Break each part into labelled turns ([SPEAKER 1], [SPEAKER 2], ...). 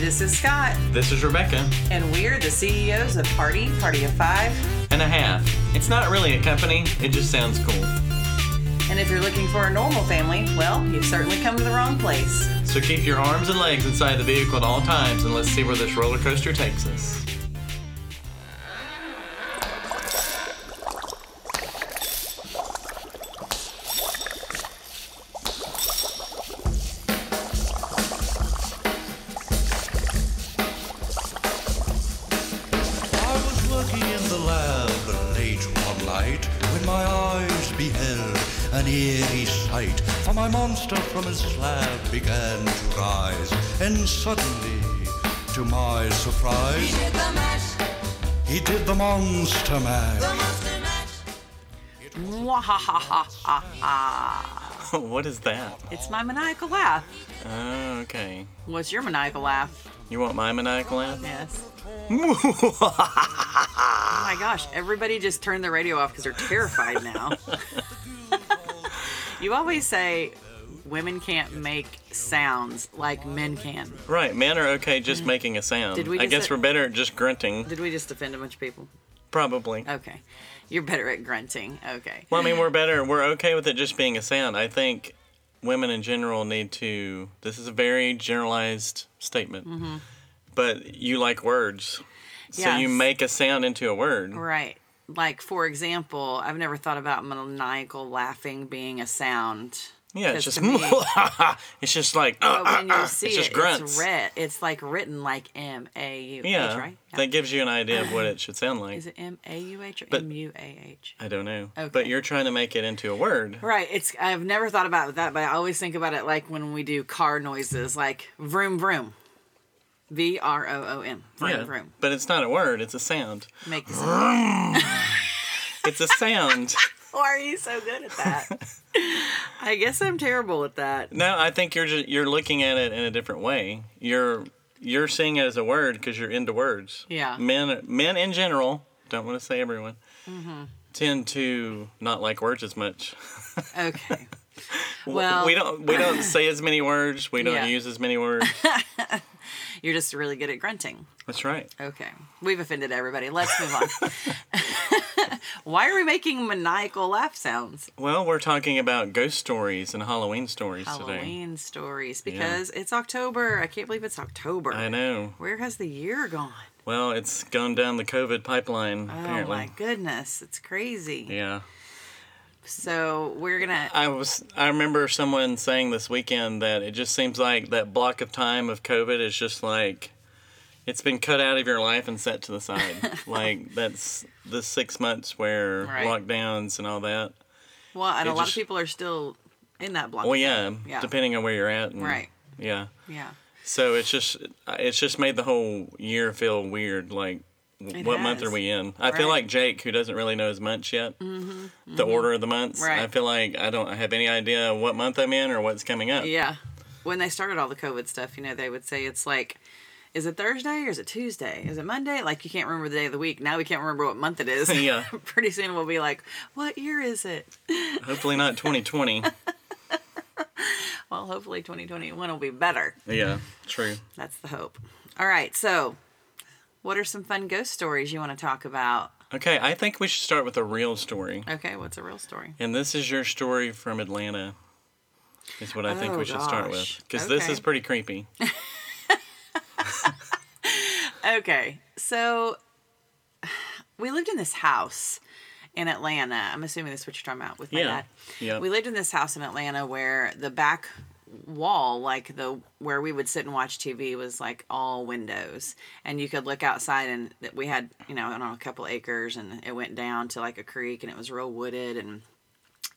[SPEAKER 1] This is Scott,
[SPEAKER 2] This is Rebecca
[SPEAKER 1] and we're the CEOs of Party, Party of Five.
[SPEAKER 2] and a half. It's not really a company, it just sounds cool.
[SPEAKER 1] And if you're looking for a normal family, well, you've certainly come to the wrong place.
[SPEAKER 2] So keep your arms and legs inside the vehicle at all times and let's see where this roller coaster takes us.
[SPEAKER 3] I was working in the lab late one night when my eyes beheld an eerie sight. For my monster from his slab began to rise, and suddenly, to my surprise,
[SPEAKER 4] did the mash,
[SPEAKER 3] he did the monster mash.
[SPEAKER 4] the monster mash.
[SPEAKER 1] Mwahahahaha.
[SPEAKER 2] what is that?
[SPEAKER 1] It's my maniacal laugh.
[SPEAKER 2] Oh, okay.
[SPEAKER 1] What's your maniacal laugh?
[SPEAKER 2] You want my maniacal laugh?
[SPEAKER 1] Yes. Oh my gosh, everybody just turned the radio off because they're terrified now. you always say women can't make sounds like men can.
[SPEAKER 2] right, men are okay just making a sound.
[SPEAKER 1] Did we
[SPEAKER 2] I
[SPEAKER 1] just
[SPEAKER 2] guess
[SPEAKER 1] sit-
[SPEAKER 2] we're better at just grunting,
[SPEAKER 1] Did we just offend a bunch of people?
[SPEAKER 2] probably.
[SPEAKER 1] Okay. You're better at grunting. Okay.
[SPEAKER 2] Well, I mean, we're better. We're okay with it just being a sound. I think women in general need to. This is a very generalized statement, but you like words, so you
[SPEAKER 1] Mm-hmm. Yes.
[SPEAKER 2] make a sound into a word.
[SPEAKER 1] Right. Like, for example, I've never thought about maniacal laughing being a sound.
[SPEAKER 2] Yeah, it's
[SPEAKER 1] 'Cause
[SPEAKER 2] just
[SPEAKER 1] to me- Oh,
[SPEAKER 2] it's just like
[SPEAKER 1] But when you see
[SPEAKER 2] it's just
[SPEAKER 1] it,
[SPEAKER 2] grunts.
[SPEAKER 1] it's red. It's like written like M A U H,
[SPEAKER 2] yeah,
[SPEAKER 1] right? Yeah.
[SPEAKER 2] that gives you an idea of what it should sound like.
[SPEAKER 1] Is it M A U H or
[SPEAKER 2] But-
[SPEAKER 1] M U A H?
[SPEAKER 2] I don't know, but
[SPEAKER 1] Okay.
[SPEAKER 2] you're trying to make it into a word.
[SPEAKER 1] Right. It's I've never thought about that, but I always think about it like when we do car noises, like vroom vroom, V R O O M, vroom
[SPEAKER 2] yeah,
[SPEAKER 1] vroom.
[SPEAKER 2] but it's not a word; it's a sound.
[SPEAKER 1] Make the sound.
[SPEAKER 2] It's a sound.
[SPEAKER 1] Why are you so good at that? I guess I'm terrible at that.
[SPEAKER 2] No, I think you're just, you're looking at it in a different way. You're you're seeing it as a word because you're into words.
[SPEAKER 1] Yeah.
[SPEAKER 2] Men men in general don't want to say everyone
[SPEAKER 1] Mm-hmm.
[SPEAKER 2] tend to not like words as much.
[SPEAKER 1] Okay.
[SPEAKER 2] W-
[SPEAKER 1] Well,
[SPEAKER 2] we don't we don't say as many words. We don't
[SPEAKER 1] Yeah.
[SPEAKER 2] use as many words.
[SPEAKER 1] you're just really good at grunting.
[SPEAKER 2] That's right.
[SPEAKER 1] Okay. We've offended everybody. Let's move on. Why are we making maniacal laugh sounds?
[SPEAKER 2] Well, we're talking about ghost stories and Halloween stories today.
[SPEAKER 1] Halloween stories because it's October. I can't believe it's October.
[SPEAKER 2] I know.
[SPEAKER 1] Where has the year gone?
[SPEAKER 2] Well, it's gone down the COVID pipeline apparently.
[SPEAKER 1] Oh my goodness, it's crazy.
[SPEAKER 2] Yeah.
[SPEAKER 1] So we're gonna
[SPEAKER 2] I was I remember someone saying this weekend that it just seems like that block of time of COVID is just like it's been cut out of your life and set to the side. like that's the six months where
[SPEAKER 1] Right.
[SPEAKER 2] lockdowns and all that.
[SPEAKER 1] well, and a
[SPEAKER 2] it
[SPEAKER 1] lot
[SPEAKER 2] just-
[SPEAKER 1] of people are still in that block.
[SPEAKER 2] Well, yeah,
[SPEAKER 1] Yeah.
[SPEAKER 2] depending on where you're at. and-
[SPEAKER 1] Right.
[SPEAKER 2] Yeah.
[SPEAKER 1] Yeah.
[SPEAKER 2] So it's just it's just made the whole year feel weird. Like, w-
[SPEAKER 1] It
[SPEAKER 2] what month
[SPEAKER 1] has.
[SPEAKER 2] are we in? I feel
[SPEAKER 1] Right. Mm-hmm.
[SPEAKER 2] like Jake, who doesn't really know his months yet, the order of the months. I
[SPEAKER 1] Right.
[SPEAKER 2] feel like I don't have any idea what month I'm in or what's coming up.
[SPEAKER 1] Yeah. When they started all the COVID stuff, you know, they would say it's like, is it Thursday or is it Tuesday? Is it Monday? Like you can't remember the day of the week. Now we can't remember what month it is.
[SPEAKER 2] Yeah.
[SPEAKER 1] Pretty soon we'll be like, what year is it?
[SPEAKER 2] Hopefully not 2020.
[SPEAKER 1] Well, hopefully 2021 will be better.
[SPEAKER 2] yeah, true.
[SPEAKER 1] That's the hope. All right. So, what are some fun ghost stories you want to talk about?
[SPEAKER 2] Okay, I think we should start with a real story.
[SPEAKER 1] Okay, what's a real story?
[SPEAKER 2] And this is your story from Atlanta. Is what I think
[SPEAKER 1] Oh,
[SPEAKER 2] we should start with
[SPEAKER 1] gosh.
[SPEAKER 2] because this
[SPEAKER 1] Okay.
[SPEAKER 2] is pretty creepy.
[SPEAKER 1] Okay. So, we lived in this house in Atlanta. I'm assuming that's what you're talking about with my
[SPEAKER 2] Yeah.
[SPEAKER 1] dad.
[SPEAKER 2] Yeah.
[SPEAKER 1] We lived in this house in Atlanta where the back wall, like the where we would sit and watch TV, was like all windows, and you could look outside. And that we had, you know, I don't know, a couple acres, and it went down to like a creek, and it was real wooded. And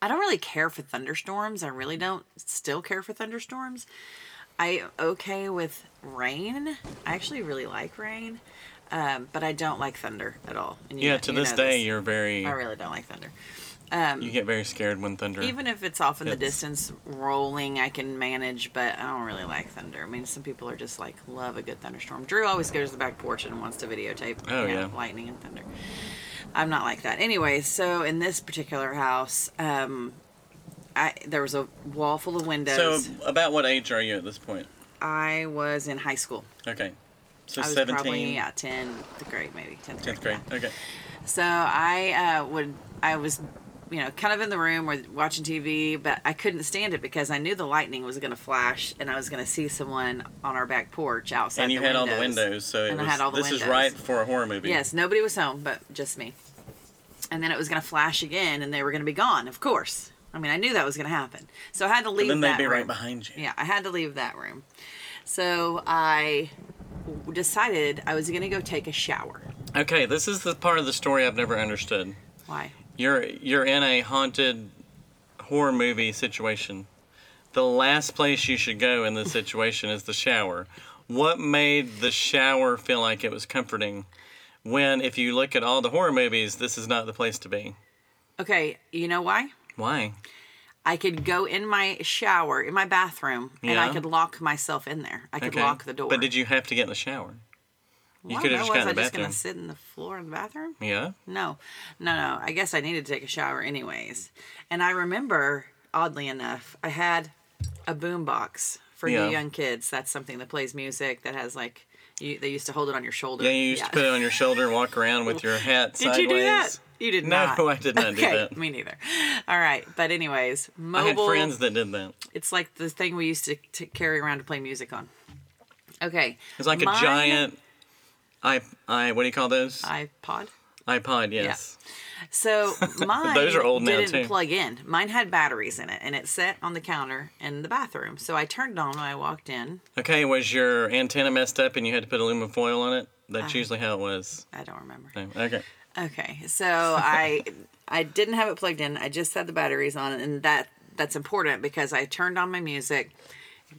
[SPEAKER 1] I don't really care for thunderstorms. I
[SPEAKER 2] Mm-hmm.
[SPEAKER 1] really don't still care for thunderstorms. I okay with rain. I actually really like rain, um, but I don't like thunder at all. And you
[SPEAKER 2] yeah,
[SPEAKER 1] know-
[SPEAKER 2] to
[SPEAKER 1] you
[SPEAKER 2] this
[SPEAKER 1] know
[SPEAKER 2] day, you're very
[SPEAKER 1] I really don't like thunder.
[SPEAKER 2] you get very scared when thunder.
[SPEAKER 1] Even if it's off in the
[SPEAKER 2] It's-
[SPEAKER 1] distance rolling, I can manage, but I don't really like thunder. I mean, some people are just like love a good thunderstorm. Drew always goes to the back porch and wants to videotape
[SPEAKER 2] Oh,
[SPEAKER 1] you know,
[SPEAKER 2] yeah.
[SPEAKER 1] lightning and thunder. I'm not like that. Anyway, so in this particular house, um, I there was a wall full of
[SPEAKER 2] So,
[SPEAKER 1] windows.
[SPEAKER 2] about what age are you at this point?
[SPEAKER 1] I was in high school.
[SPEAKER 2] Okay. So,
[SPEAKER 1] I was
[SPEAKER 2] 17,
[SPEAKER 1] probably yeah, tenth grade maybe, tenth grade.
[SPEAKER 2] 10th grade.
[SPEAKER 1] yeah.
[SPEAKER 2] Okay.
[SPEAKER 1] So I uh, would, I was, you know, kind of in the room or watching TV, but I couldn't stand it because I knew the lightning was going to flash and I was going to see someone on our back porch outside.
[SPEAKER 2] And you
[SPEAKER 1] the
[SPEAKER 2] had all
[SPEAKER 1] windows.
[SPEAKER 2] the windows, so it
[SPEAKER 1] And I
[SPEAKER 2] was,
[SPEAKER 1] had all the
[SPEAKER 2] this is
[SPEAKER 1] windows.
[SPEAKER 2] right for a horror movie.
[SPEAKER 1] Yes, nobody was home but just me. And then it was going to flash again, and they were going to be gone. Of course, I mean, I knew that was going to happen, so I had to leave.
[SPEAKER 2] But then
[SPEAKER 1] that
[SPEAKER 2] they'd be
[SPEAKER 1] room.
[SPEAKER 2] right behind you.
[SPEAKER 1] Yeah, I had to leave that room. So I w- decided I was going to go take a shower.
[SPEAKER 2] Okay, this is the part of the story I've never understood.
[SPEAKER 1] Why?
[SPEAKER 2] You're you're in a haunted horror movie situation. The last place you should go in this situation is the shower. What made the shower feel like it was comforting when if you look at all the horror movies, this is not the place to be?
[SPEAKER 1] Okay, you know why?
[SPEAKER 2] Why?
[SPEAKER 1] I could go in my shower, in my bathroom, and I
[SPEAKER 2] Yeah.
[SPEAKER 1] could lock myself in there. I could lock the door.
[SPEAKER 2] But did you have to get in the shower? You
[SPEAKER 1] Well,
[SPEAKER 2] could have
[SPEAKER 1] no,
[SPEAKER 2] just gotten
[SPEAKER 1] was
[SPEAKER 2] in the
[SPEAKER 1] I just
[SPEAKER 2] bathroom.
[SPEAKER 1] gonna sit in the floor in the bathroom?
[SPEAKER 2] Yeah.
[SPEAKER 1] No, no, no. I guess I needed to take a shower anyways. And I remember, oddly enough, I had a boom box for
[SPEAKER 2] Yeah.
[SPEAKER 1] you young kids. That's something that plays music that has like you, they used to hold it on your shoulder.
[SPEAKER 2] Yeah, you used to put it on your shoulder and walk around with your hat
[SPEAKER 1] Did
[SPEAKER 2] sideways.
[SPEAKER 1] you do that? You did
[SPEAKER 2] No,
[SPEAKER 1] not.
[SPEAKER 2] I did not do
[SPEAKER 1] okay,
[SPEAKER 2] that.
[SPEAKER 1] Me neither. All right, but anyways,
[SPEAKER 2] I had
[SPEAKER 1] mobile.
[SPEAKER 2] friends that did that.
[SPEAKER 1] It's like the thing we used to, to carry around to play music on. Okay.
[SPEAKER 2] It's like
[SPEAKER 1] Mine-
[SPEAKER 2] a giant i i what do you call those?
[SPEAKER 1] iPod.
[SPEAKER 2] iPod, yes.
[SPEAKER 1] So mine
[SPEAKER 2] Those are old now,
[SPEAKER 1] didn't
[SPEAKER 2] too.
[SPEAKER 1] plug in. Mine had batteries in it, and it sat on the counter in the bathroom. So I turned it on when I walked in.
[SPEAKER 2] Okay, was your antenna messed up and you had to put aluminum foil on it? That's
[SPEAKER 1] Uh-huh.
[SPEAKER 2] usually how it was.
[SPEAKER 1] I don't remember.
[SPEAKER 2] No, Okay.
[SPEAKER 1] Okay, so I I didn't have it plugged in. I just had the batteries on, and that that's important because I turned on my music,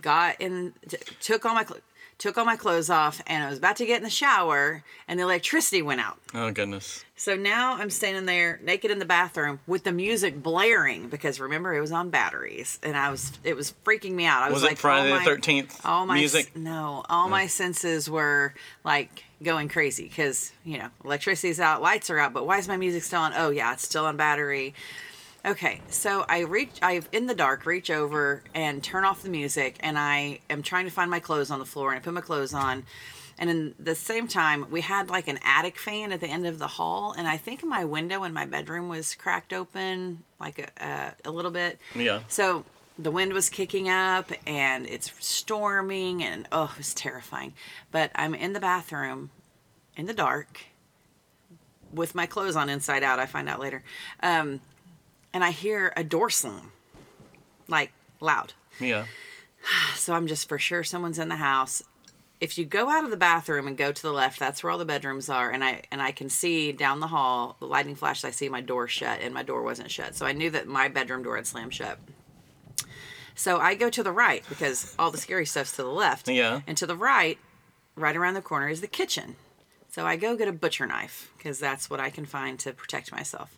[SPEAKER 1] got in, t- took all my cl- took all my clothes off, and I was about to get in the shower, and the electricity went out.
[SPEAKER 2] Oh goodness.
[SPEAKER 1] So now I'm standing there naked in the bathroom with the music blaring because remember it was on batteries and I was it was freaking me out. I was,
[SPEAKER 2] Was
[SPEAKER 1] like
[SPEAKER 2] it Friday
[SPEAKER 1] all
[SPEAKER 2] the
[SPEAKER 1] my-
[SPEAKER 2] thirteenth
[SPEAKER 1] All my s-
[SPEAKER 2] music?
[SPEAKER 1] no, all my senses were like going crazy because you know electricity's out, lights are out, but why is my music still on? Oh yeah, it's still on battery. Okay, so I reach, I in the dark reach over and turn off the music, and I am trying to find my clothes on the floor, and I put my clothes on. And in the same time, we had like an attic fan at the end of the hall, and I think my window in my bedroom was cracked open like a, a, a little bit.
[SPEAKER 2] Yeah.
[SPEAKER 1] So the wind was kicking up, and it's storming, and oh, it was terrifying. But I'm in the bathroom in the dark with my clothes on inside out. I find out later. Um, and I hear a door slam, like loud.
[SPEAKER 2] Yeah.
[SPEAKER 1] So I'm just for sure someone's in the house. If you go out of the bathroom and go to the left, that's where all the bedrooms are, and I and I can see down the hall the lightning flash. I see my door shut, and my door wasn't shut, so I knew that my bedroom door had slammed shut. So I go to the right because all the scary stuff's to the left.
[SPEAKER 2] Yeah.
[SPEAKER 1] And to the right, right around the corner is the kitchen. So I go get a butcher knife because that's what I can find to protect myself.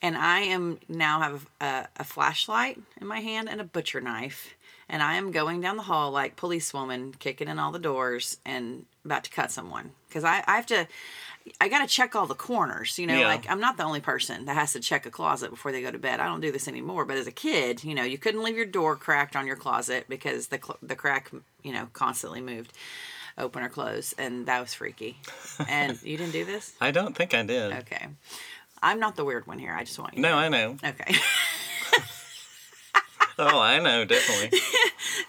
[SPEAKER 1] And I am now have a, a flashlight in my hand and a butcher knife. And I am going down the hall like policewoman, kicking in all the doors and about to cut someone. Because I, I have to, I got to check all the corners. You know,
[SPEAKER 2] Yeah.
[SPEAKER 1] like I'm not the only person that has to check a closet before they go to bed. I don't do this anymore. But as a kid, you know, you couldn't leave your door cracked on your closet because the, cl- the crack, you know, constantly moved open or close and that was freaky and you didn't do this
[SPEAKER 2] I don't think I did.
[SPEAKER 1] okay i'm not the weird one here i just want you
[SPEAKER 2] No, I know.
[SPEAKER 1] okay
[SPEAKER 2] Oh, I know, definitely.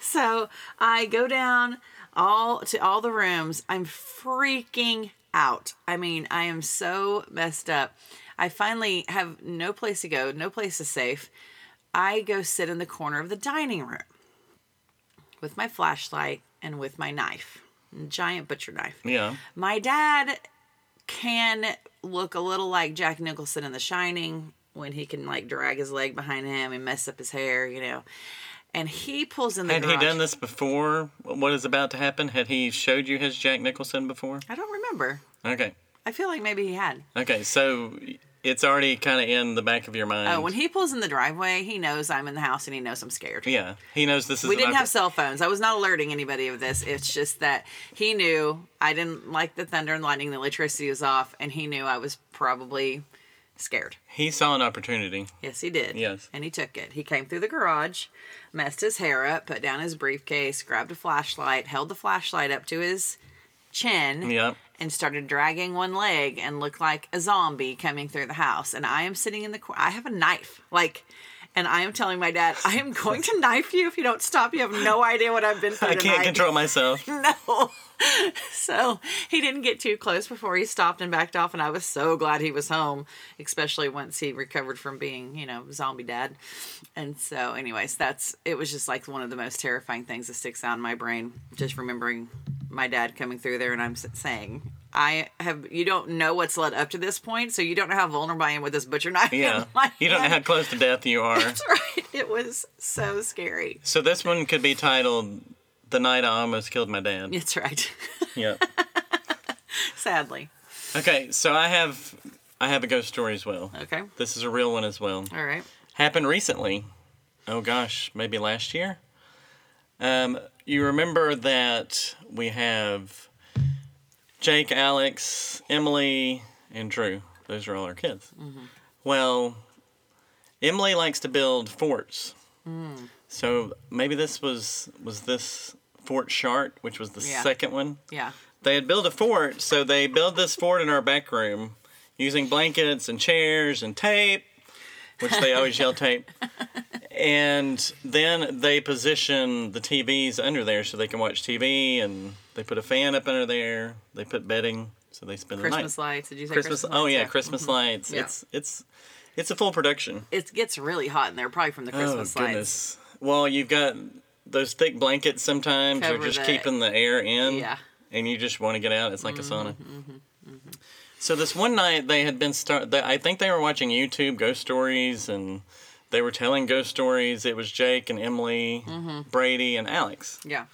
[SPEAKER 1] so i go down all to all the rooms i'm freaking out i mean i am so messed up i finally have no place to go no place is safe i go sit in the corner of the dining room with my flashlight and with my knife giant butcher knife
[SPEAKER 2] Yeah.
[SPEAKER 1] My dad can look a little like Jack Nicholson in The Shining when he can like drag his leg behind him and mess up his hair, you know. And he pulls in the
[SPEAKER 2] Had he
[SPEAKER 1] garage.
[SPEAKER 2] done this before what is about to happen? Had he showed you his Jack Nicholson before?
[SPEAKER 1] I don't remember.
[SPEAKER 2] Okay.
[SPEAKER 1] I feel like maybe he had.
[SPEAKER 2] Okay, so it's already kind of in the back of your mind.
[SPEAKER 1] Oh, when he pulls in the driveway, he knows I'm in the house and he knows I'm scared.
[SPEAKER 2] yeah, he knows this is.
[SPEAKER 1] We didn't
[SPEAKER 2] about
[SPEAKER 1] have
[SPEAKER 2] to-
[SPEAKER 1] cell phones. I was not alerting anybody of this. It's just that he knew I didn't like the thunder and lightning. The electricity was off, and he knew I was probably scared.
[SPEAKER 2] He saw an opportunity.
[SPEAKER 1] Yes, he did.
[SPEAKER 2] Yes.
[SPEAKER 1] And he took it. He came through the garage, messed his hair up, put down his briefcase, grabbed a flashlight, held the flashlight up to his chin,
[SPEAKER 2] Yep.
[SPEAKER 1] and started dragging one leg and looked like a zombie coming through the house. And I am sitting in the corner. I have a knife. Like, and I am telling my dad, I am going to knife you if you don't stop. You have no idea what I've been through.
[SPEAKER 2] I can't
[SPEAKER 1] tonight."
[SPEAKER 2] control myself.
[SPEAKER 1] No. So he didn't get too close before he stopped and backed off, and I was so glad he was home, especially once he recovered from being, you know, zombie dad. And so, anyways, that's it was just like one of the most terrifying things that sticks out in my brain, just remembering my dad coming through there, and I'm s- saying, I have you don't know what's led up to this point, so you don't know how vulnerable I am with this butcher knife. in
[SPEAKER 2] Yeah.
[SPEAKER 1] my
[SPEAKER 2] You don't know how
[SPEAKER 1] hand."
[SPEAKER 2] close to death you are.
[SPEAKER 1] That's right. It was so scary.
[SPEAKER 2] So this one could be titled The Night I Almost Killed My Dad.
[SPEAKER 1] It's right.
[SPEAKER 2] Yep.
[SPEAKER 1] Sadly.
[SPEAKER 2] Okay, so I have I have a ghost story as well.
[SPEAKER 1] Okay.
[SPEAKER 2] This is a real one as well.
[SPEAKER 1] All right.
[SPEAKER 2] Happened recently. Oh gosh, maybe last year. Um, you remember that we have Jake, Alex, Emily, and Drew. Those are all our kids. Well, Emily likes to build forts. So maybe this was was this Fort Chart, which was the
[SPEAKER 1] Yeah.
[SPEAKER 2] second one
[SPEAKER 1] Yeah.
[SPEAKER 2] they had built a fort, so they built this fort in our back room using blankets and chairs and tape, which they always yell tape. And then they position the TVs under there so they can watch TV, and they put a fan up under there. They put bedding, so they spend
[SPEAKER 1] Christmas
[SPEAKER 2] the night.
[SPEAKER 1] lights. Did you say
[SPEAKER 2] Christmas,
[SPEAKER 1] Christmas?
[SPEAKER 2] oh
[SPEAKER 1] lights?
[SPEAKER 2] yeah, Christmas lights.
[SPEAKER 1] Yeah.
[SPEAKER 2] It's it's it's a full production.
[SPEAKER 1] It gets really hot in there, probably from the Christmas
[SPEAKER 2] oh
[SPEAKER 1] lights.
[SPEAKER 2] goodness! Well, you've got those thick blankets sometimes are
[SPEAKER 1] Cover
[SPEAKER 2] just
[SPEAKER 1] the-
[SPEAKER 2] keeping the air in
[SPEAKER 1] Yeah.
[SPEAKER 2] and you just want to get out. It's like
[SPEAKER 1] Mm-hmm,
[SPEAKER 2] a sauna. So this one night they had been start. They, I think they were watching YouTube ghost stories, and they were telling ghost stories. It was Jake and Emily,
[SPEAKER 1] Mm-hmm.
[SPEAKER 2] Brady and Alex.
[SPEAKER 1] Yeah.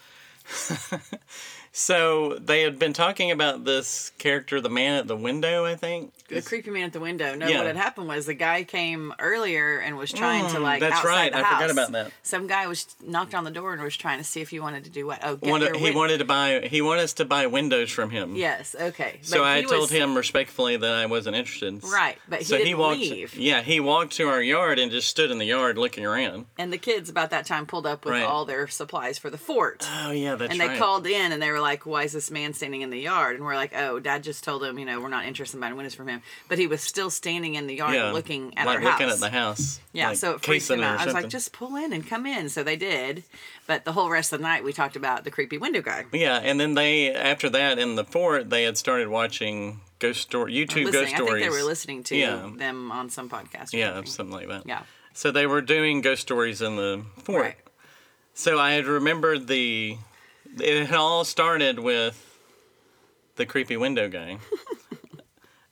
[SPEAKER 2] So they had been talking about this character, the man at the window. I think.
[SPEAKER 1] The creepy man at the window. No,
[SPEAKER 2] Yeah.
[SPEAKER 1] what had happened was the guy came earlier and was trying to
[SPEAKER 2] Mm,
[SPEAKER 1] like.
[SPEAKER 2] that's
[SPEAKER 1] outside
[SPEAKER 2] right.
[SPEAKER 1] The
[SPEAKER 2] I
[SPEAKER 1] house.
[SPEAKER 2] forgot about that.
[SPEAKER 1] Some guy was knocked on the door and was trying to see if you wanted to do what. Oh, get
[SPEAKER 2] Wanted-
[SPEAKER 1] your
[SPEAKER 2] he
[SPEAKER 1] wit-
[SPEAKER 2] wanted to buy. He wanted us to buy windows from him.
[SPEAKER 1] Yes. Okay.
[SPEAKER 2] So
[SPEAKER 1] But
[SPEAKER 2] I
[SPEAKER 1] he
[SPEAKER 2] told
[SPEAKER 1] was-
[SPEAKER 2] him respectfully that I wasn't interested.
[SPEAKER 1] Right, but he didn't
[SPEAKER 2] walked.
[SPEAKER 1] leave.
[SPEAKER 2] Yeah, he walked to our yard and just stood in the yard looking around.
[SPEAKER 1] and the kids about that time pulled up with
[SPEAKER 2] Right.
[SPEAKER 1] all their supplies for the fort.
[SPEAKER 2] Oh yeah, that's
[SPEAKER 1] and they called in and they were like, "Why is this man standing in the yard?" And we're like, "Oh, Dad just told him, you know, we're not interested in buying windows from him." But he was still standing in the yard, looking at
[SPEAKER 2] like
[SPEAKER 1] our
[SPEAKER 2] looking
[SPEAKER 1] house.
[SPEAKER 2] at the house.
[SPEAKER 1] Yeah,
[SPEAKER 2] like
[SPEAKER 1] so it freaked
[SPEAKER 2] casing
[SPEAKER 1] them
[SPEAKER 2] or
[SPEAKER 1] out. I was like,
[SPEAKER 2] something.
[SPEAKER 1] just pull in and come in. So they did. But the whole rest of the night, we talked about the creepy window guy.
[SPEAKER 2] Yeah, and then they after that in the fort they had started watching ghost story YouTube
[SPEAKER 1] Listening.
[SPEAKER 2] ghost
[SPEAKER 1] I think
[SPEAKER 2] stories.
[SPEAKER 1] they were listening to
[SPEAKER 2] Yeah.
[SPEAKER 1] them on some podcast. Or
[SPEAKER 2] Yeah,
[SPEAKER 1] something.
[SPEAKER 2] something like that.
[SPEAKER 1] Yeah.
[SPEAKER 2] So they were doing ghost stories in the fort.
[SPEAKER 1] Right.
[SPEAKER 2] So I had remembered the it had all started with the creepy window guy.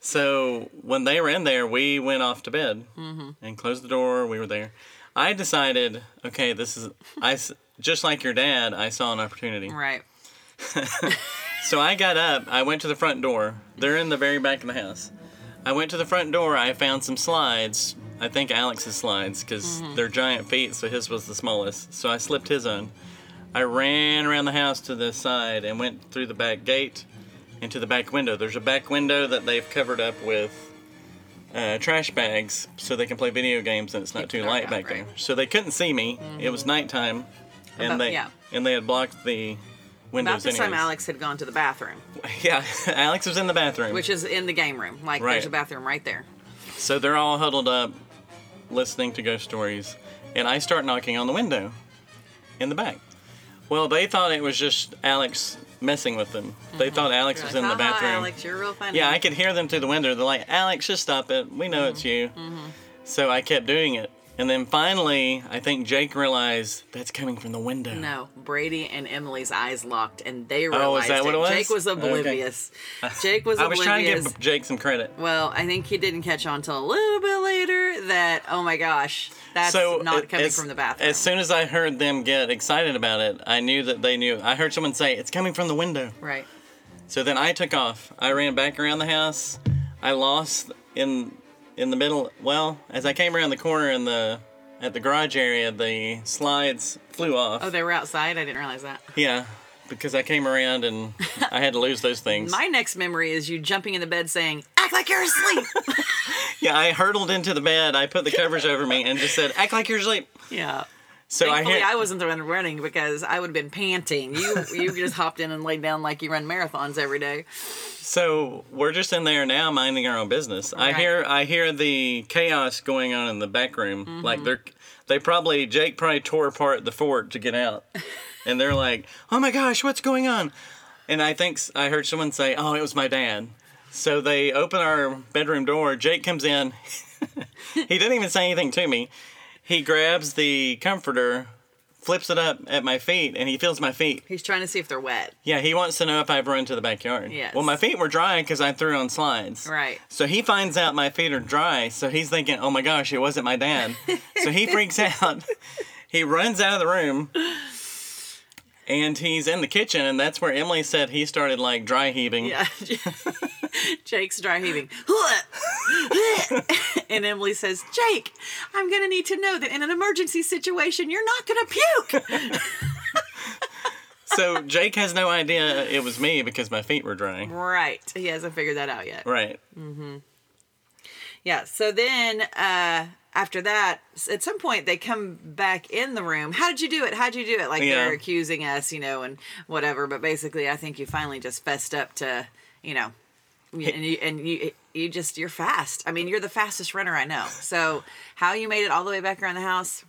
[SPEAKER 2] so when they were in there, we went off to bed
[SPEAKER 1] Mm-hmm.
[SPEAKER 2] and closed the door. We were there. I decided, okay, this is I s- just like your dad. I saw an opportunity.
[SPEAKER 1] Right.
[SPEAKER 2] So I got up. I went to the front door. They're in the very back of the house. I went to the front door. I found some slides. I think Alex's slides because
[SPEAKER 1] Mm-hmm.
[SPEAKER 2] they're giant feet, so his was the smallest. So I slipped his on. I ran around the house to the side and went through the back gate into the back window. There's a back window that they've covered up with uh, trash bags so they can play video games and it's not
[SPEAKER 1] Keep
[SPEAKER 2] too
[SPEAKER 1] the dark
[SPEAKER 2] light
[SPEAKER 1] out,
[SPEAKER 2] back
[SPEAKER 1] right. Mm-hmm.
[SPEAKER 2] there. So they couldn't see me. It was nighttime, and
[SPEAKER 1] About-
[SPEAKER 2] they
[SPEAKER 1] yeah.
[SPEAKER 2] and they had blocked the
[SPEAKER 1] About
[SPEAKER 2] windows.
[SPEAKER 1] this time,
[SPEAKER 2] anyways.
[SPEAKER 1] Alex had gone to the bathroom,
[SPEAKER 2] Yeah, Alex was in the bathroom.
[SPEAKER 1] which is in the game room. Like,
[SPEAKER 2] Right.
[SPEAKER 1] there's a bathroom right there.
[SPEAKER 2] so they're all huddled up listening to ghost stories, and I start knocking on the window in the back. Well, they thought it was just Alex messing with them. They thought Alex
[SPEAKER 1] You're
[SPEAKER 2] was
[SPEAKER 1] Mm-hmm. like,
[SPEAKER 2] in the
[SPEAKER 1] "Ha ha,
[SPEAKER 2] bathroom.
[SPEAKER 1] Alex, you're real funny.
[SPEAKER 2] Yeah, I could hear them through the window. They're like, Alex, just stop it. We know
[SPEAKER 1] Mm-hmm.
[SPEAKER 2] it's you. So I kept doing it. And then finally, I think Jake realized that's coming from the window.
[SPEAKER 1] No, Brady and Emily's eyes locked, and they realized
[SPEAKER 2] Oh, is that what it was?
[SPEAKER 1] Jake was
[SPEAKER 2] Okay.
[SPEAKER 1] oblivious. Jake was
[SPEAKER 2] I was
[SPEAKER 1] oblivious.
[SPEAKER 2] trying to give Jake some credit.
[SPEAKER 1] Well, I think he didn't catch on until a little bit later that, oh my gosh, that's not
[SPEAKER 2] a-
[SPEAKER 1] coming
[SPEAKER 2] as-
[SPEAKER 1] from the bathroom.
[SPEAKER 2] As soon as I heard them get excited about it, I knew that they knew. I heard someone say, "It's coming from the window."
[SPEAKER 1] right.
[SPEAKER 2] So then I took off. I ran back around the house. I lost in in the middle. Well, as I came around the corner in the at the garage area, the slides flew off.
[SPEAKER 1] Oh, they were outside? I didn't realize that.
[SPEAKER 2] yeah, because I came around and I had to lose those things.
[SPEAKER 1] My next memory is you jumping in the bed saying, ah! act like you're asleep.
[SPEAKER 2] Yeah, I hurtled into the bed. I put the covers over me and just said, "Act like you're asleep."
[SPEAKER 1] yeah.
[SPEAKER 2] So I
[SPEAKER 1] Thankfully,
[SPEAKER 2] hear.
[SPEAKER 1] I, wasn't the one running because I would have been panting. You you just hopped in and laid down like you run marathons every day.
[SPEAKER 2] So we're just in there now, minding our own business.
[SPEAKER 1] Right.
[SPEAKER 2] I hear I hear the chaos going on in the back room. Like they're they probably Jake probably tore apart the fort to get out, and they're like, "Oh my gosh, what's going on?" And I think s- I heard someone say, "Oh, it was my dad." So they open our bedroom door. Jake comes in. he didn't even say anything to me. He grabs the comforter, flips it up at my feet, and he feels my feet.
[SPEAKER 1] He's trying to see if they're wet.
[SPEAKER 2] Yeah, he wants to know if I've run to the backyard.
[SPEAKER 1] Yes.
[SPEAKER 2] Well, my feet were dry because I threw on slides.
[SPEAKER 1] Right.
[SPEAKER 2] So he finds out my feet are dry. So he's thinking, oh my gosh, it wasn't my dad. so he freaks out. He runs out of the room. And he's in the kitchen, and that's where Emily said he started like dry heaving.
[SPEAKER 1] Yeah. Jake's dry heaving. and Emily says, Jake, I'm going to need to know that in an emergency situation, you're not going to puke.
[SPEAKER 2] So Jake has no idea it was me because my feet were dry.
[SPEAKER 1] Right. He hasn't figured that out yet.
[SPEAKER 2] Right.
[SPEAKER 1] Yeah. So then uh, after that, s- at some point, they come back in the room. How did you do it? How did you do it? Like
[SPEAKER 2] Yeah.
[SPEAKER 1] they're accusing us, you know, and whatever. But basically, I think you finally just fessed up to, you know, y- and you, and you, you just, you're fast. I mean, you're the fastest runner I know. So how you made it all the way back around the house,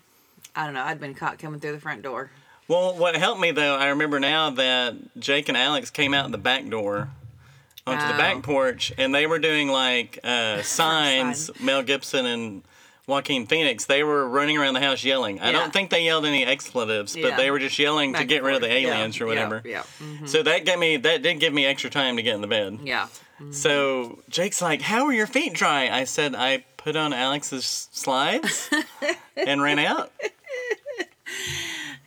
[SPEAKER 1] I don't know. I'd been caught coming through the front door.
[SPEAKER 2] Well, what helped me though, I remember now that Jake and Alex came out the back door onto the
[SPEAKER 1] Oh.
[SPEAKER 2] back porch, and they were doing like uh, signs. Mel Gibson and Joaquin Phoenix. They were running around the house yelling. I
[SPEAKER 1] Yeah.
[SPEAKER 2] don't think they yelled any expletives, but
[SPEAKER 1] Yeah.
[SPEAKER 2] they were just yelling
[SPEAKER 1] Back
[SPEAKER 2] to get
[SPEAKER 1] and
[SPEAKER 2] rid of the
[SPEAKER 1] forth. Yeah,
[SPEAKER 2] aliens or
[SPEAKER 1] yeah,
[SPEAKER 2] whatever.
[SPEAKER 1] Yeah. mm,
[SPEAKER 2] So that gave me that did give me extra time to get in the bed.
[SPEAKER 1] Yeah.
[SPEAKER 2] So Jake's like, "How are your feet dry?" I said, "I put on Alex's slides and ran out."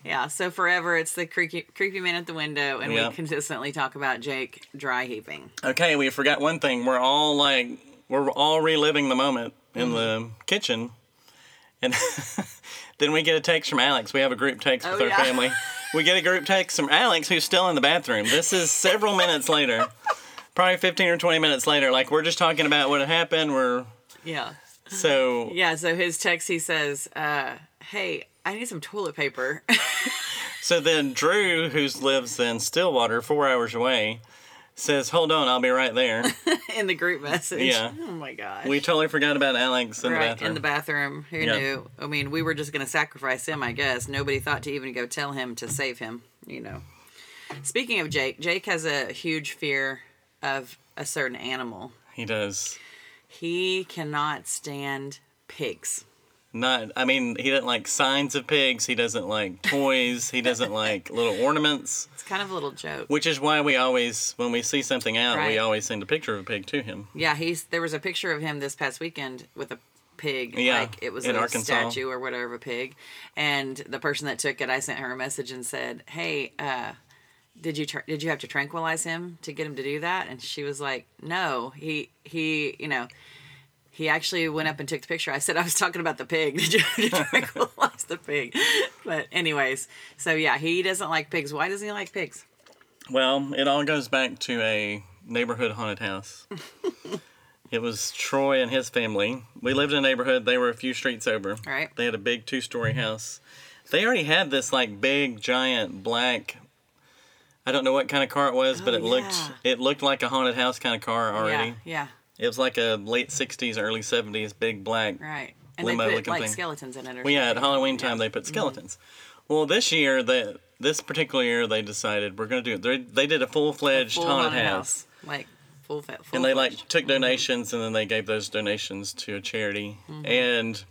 [SPEAKER 1] Yeah, so forever it's the creaky, creepy man at the window, and
[SPEAKER 2] Yeah.
[SPEAKER 1] we consistently talk about Jake dry heaving.
[SPEAKER 2] Okay, we forgot one thing. We're all like, we're all reliving the moment in
[SPEAKER 1] Mm-hmm.
[SPEAKER 2] the kitchen, and then we get a text from Alex. We have a group text with
[SPEAKER 1] Oh,
[SPEAKER 2] our
[SPEAKER 1] yeah.
[SPEAKER 2] family. We get a group text from Alex, who's still in the bathroom. This is several minutes later, probably fifteen or twenty minutes later. Like we're just talking about what happened. We're
[SPEAKER 1] Yeah.
[SPEAKER 2] so
[SPEAKER 1] Yeah, so his text, he says, uh, Hey, I need some toilet paper.
[SPEAKER 2] so. Then Drew, who lives in Stillwater, four hours away, says, "Hold on, I'll be right there."
[SPEAKER 1] in the group message.
[SPEAKER 2] Yeah.
[SPEAKER 1] Oh my God.
[SPEAKER 2] We totally forgot about Alex in the
[SPEAKER 1] right,
[SPEAKER 2] bathroom.
[SPEAKER 1] in the bathroom. Who
[SPEAKER 2] Yeah.
[SPEAKER 1] knew? I mean, we were just going to sacrifice him, I guess. Nobody thought to even go tell him to save him, you know. Speaking of Jake, Jake has a huge fear of a certain animal.
[SPEAKER 2] he does.
[SPEAKER 1] He cannot stand pigs.
[SPEAKER 2] Not, I mean, he doesn't like signs of pigs. He doesn't like toys. he doesn't like little ornaments,
[SPEAKER 1] It's kind of a little joke.
[SPEAKER 2] which is why we always, when we see something out, we
[SPEAKER 1] Right.
[SPEAKER 2] always send a picture of a pig to him.
[SPEAKER 1] Yeah, he's there was a picture of him this past weekend with a pig.
[SPEAKER 2] Yeah,
[SPEAKER 1] like it was
[SPEAKER 2] in
[SPEAKER 1] a
[SPEAKER 2] Arkansas.
[SPEAKER 1] statue or whatever of a pig. And the person that took it, I sent her a message and said, "Hey, uh, did you tr- did you have to tranquilize him to get him to do that?" And she was like, "No, he he you know." He actually went up and took the picture. I said I was talking about the pig. Did you did you tranquilize the pig? But anyways, so yeah, he doesn't like pigs. Why doesn't he like pigs?
[SPEAKER 2] Well, it all goes back to a neighborhood haunted house. it was Troy and his family. We lived in a neighborhood, they were a few streets over.
[SPEAKER 1] Right.
[SPEAKER 2] They had a big two story house. They already had this like big giant black I don't know what kind of car it was, but
[SPEAKER 1] Oh,
[SPEAKER 2] it looked
[SPEAKER 1] yeah.
[SPEAKER 2] it looked like a haunted house kind of car already.
[SPEAKER 1] Yeah, yeah,
[SPEAKER 2] It was like a late '60s, early '70s, big black.
[SPEAKER 1] right. And they put
[SPEAKER 2] Limo-looking
[SPEAKER 1] like
[SPEAKER 2] thing.
[SPEAKER 1] skeletons in it. Or
[SPEAKER 2] Well, yeah, at
[SPEAKER 1] something.
[SPEAKER 2] Halloween time they put skeletons. Well, this year, that this particular year, they decided we're gonna do it. They, they did a full fledged
[SPEAKER 1] full
[SPEAKER 2] haunted,
[SPEAKER 1] haunted
[SPEAKER 2] house.
[SPEAKER 1] Like full fa- full
[SPEAKER 2] and they like
[SPEAKER 1] fledged.
[SPEAKER 2] took donations and then they gave those donations to a charity and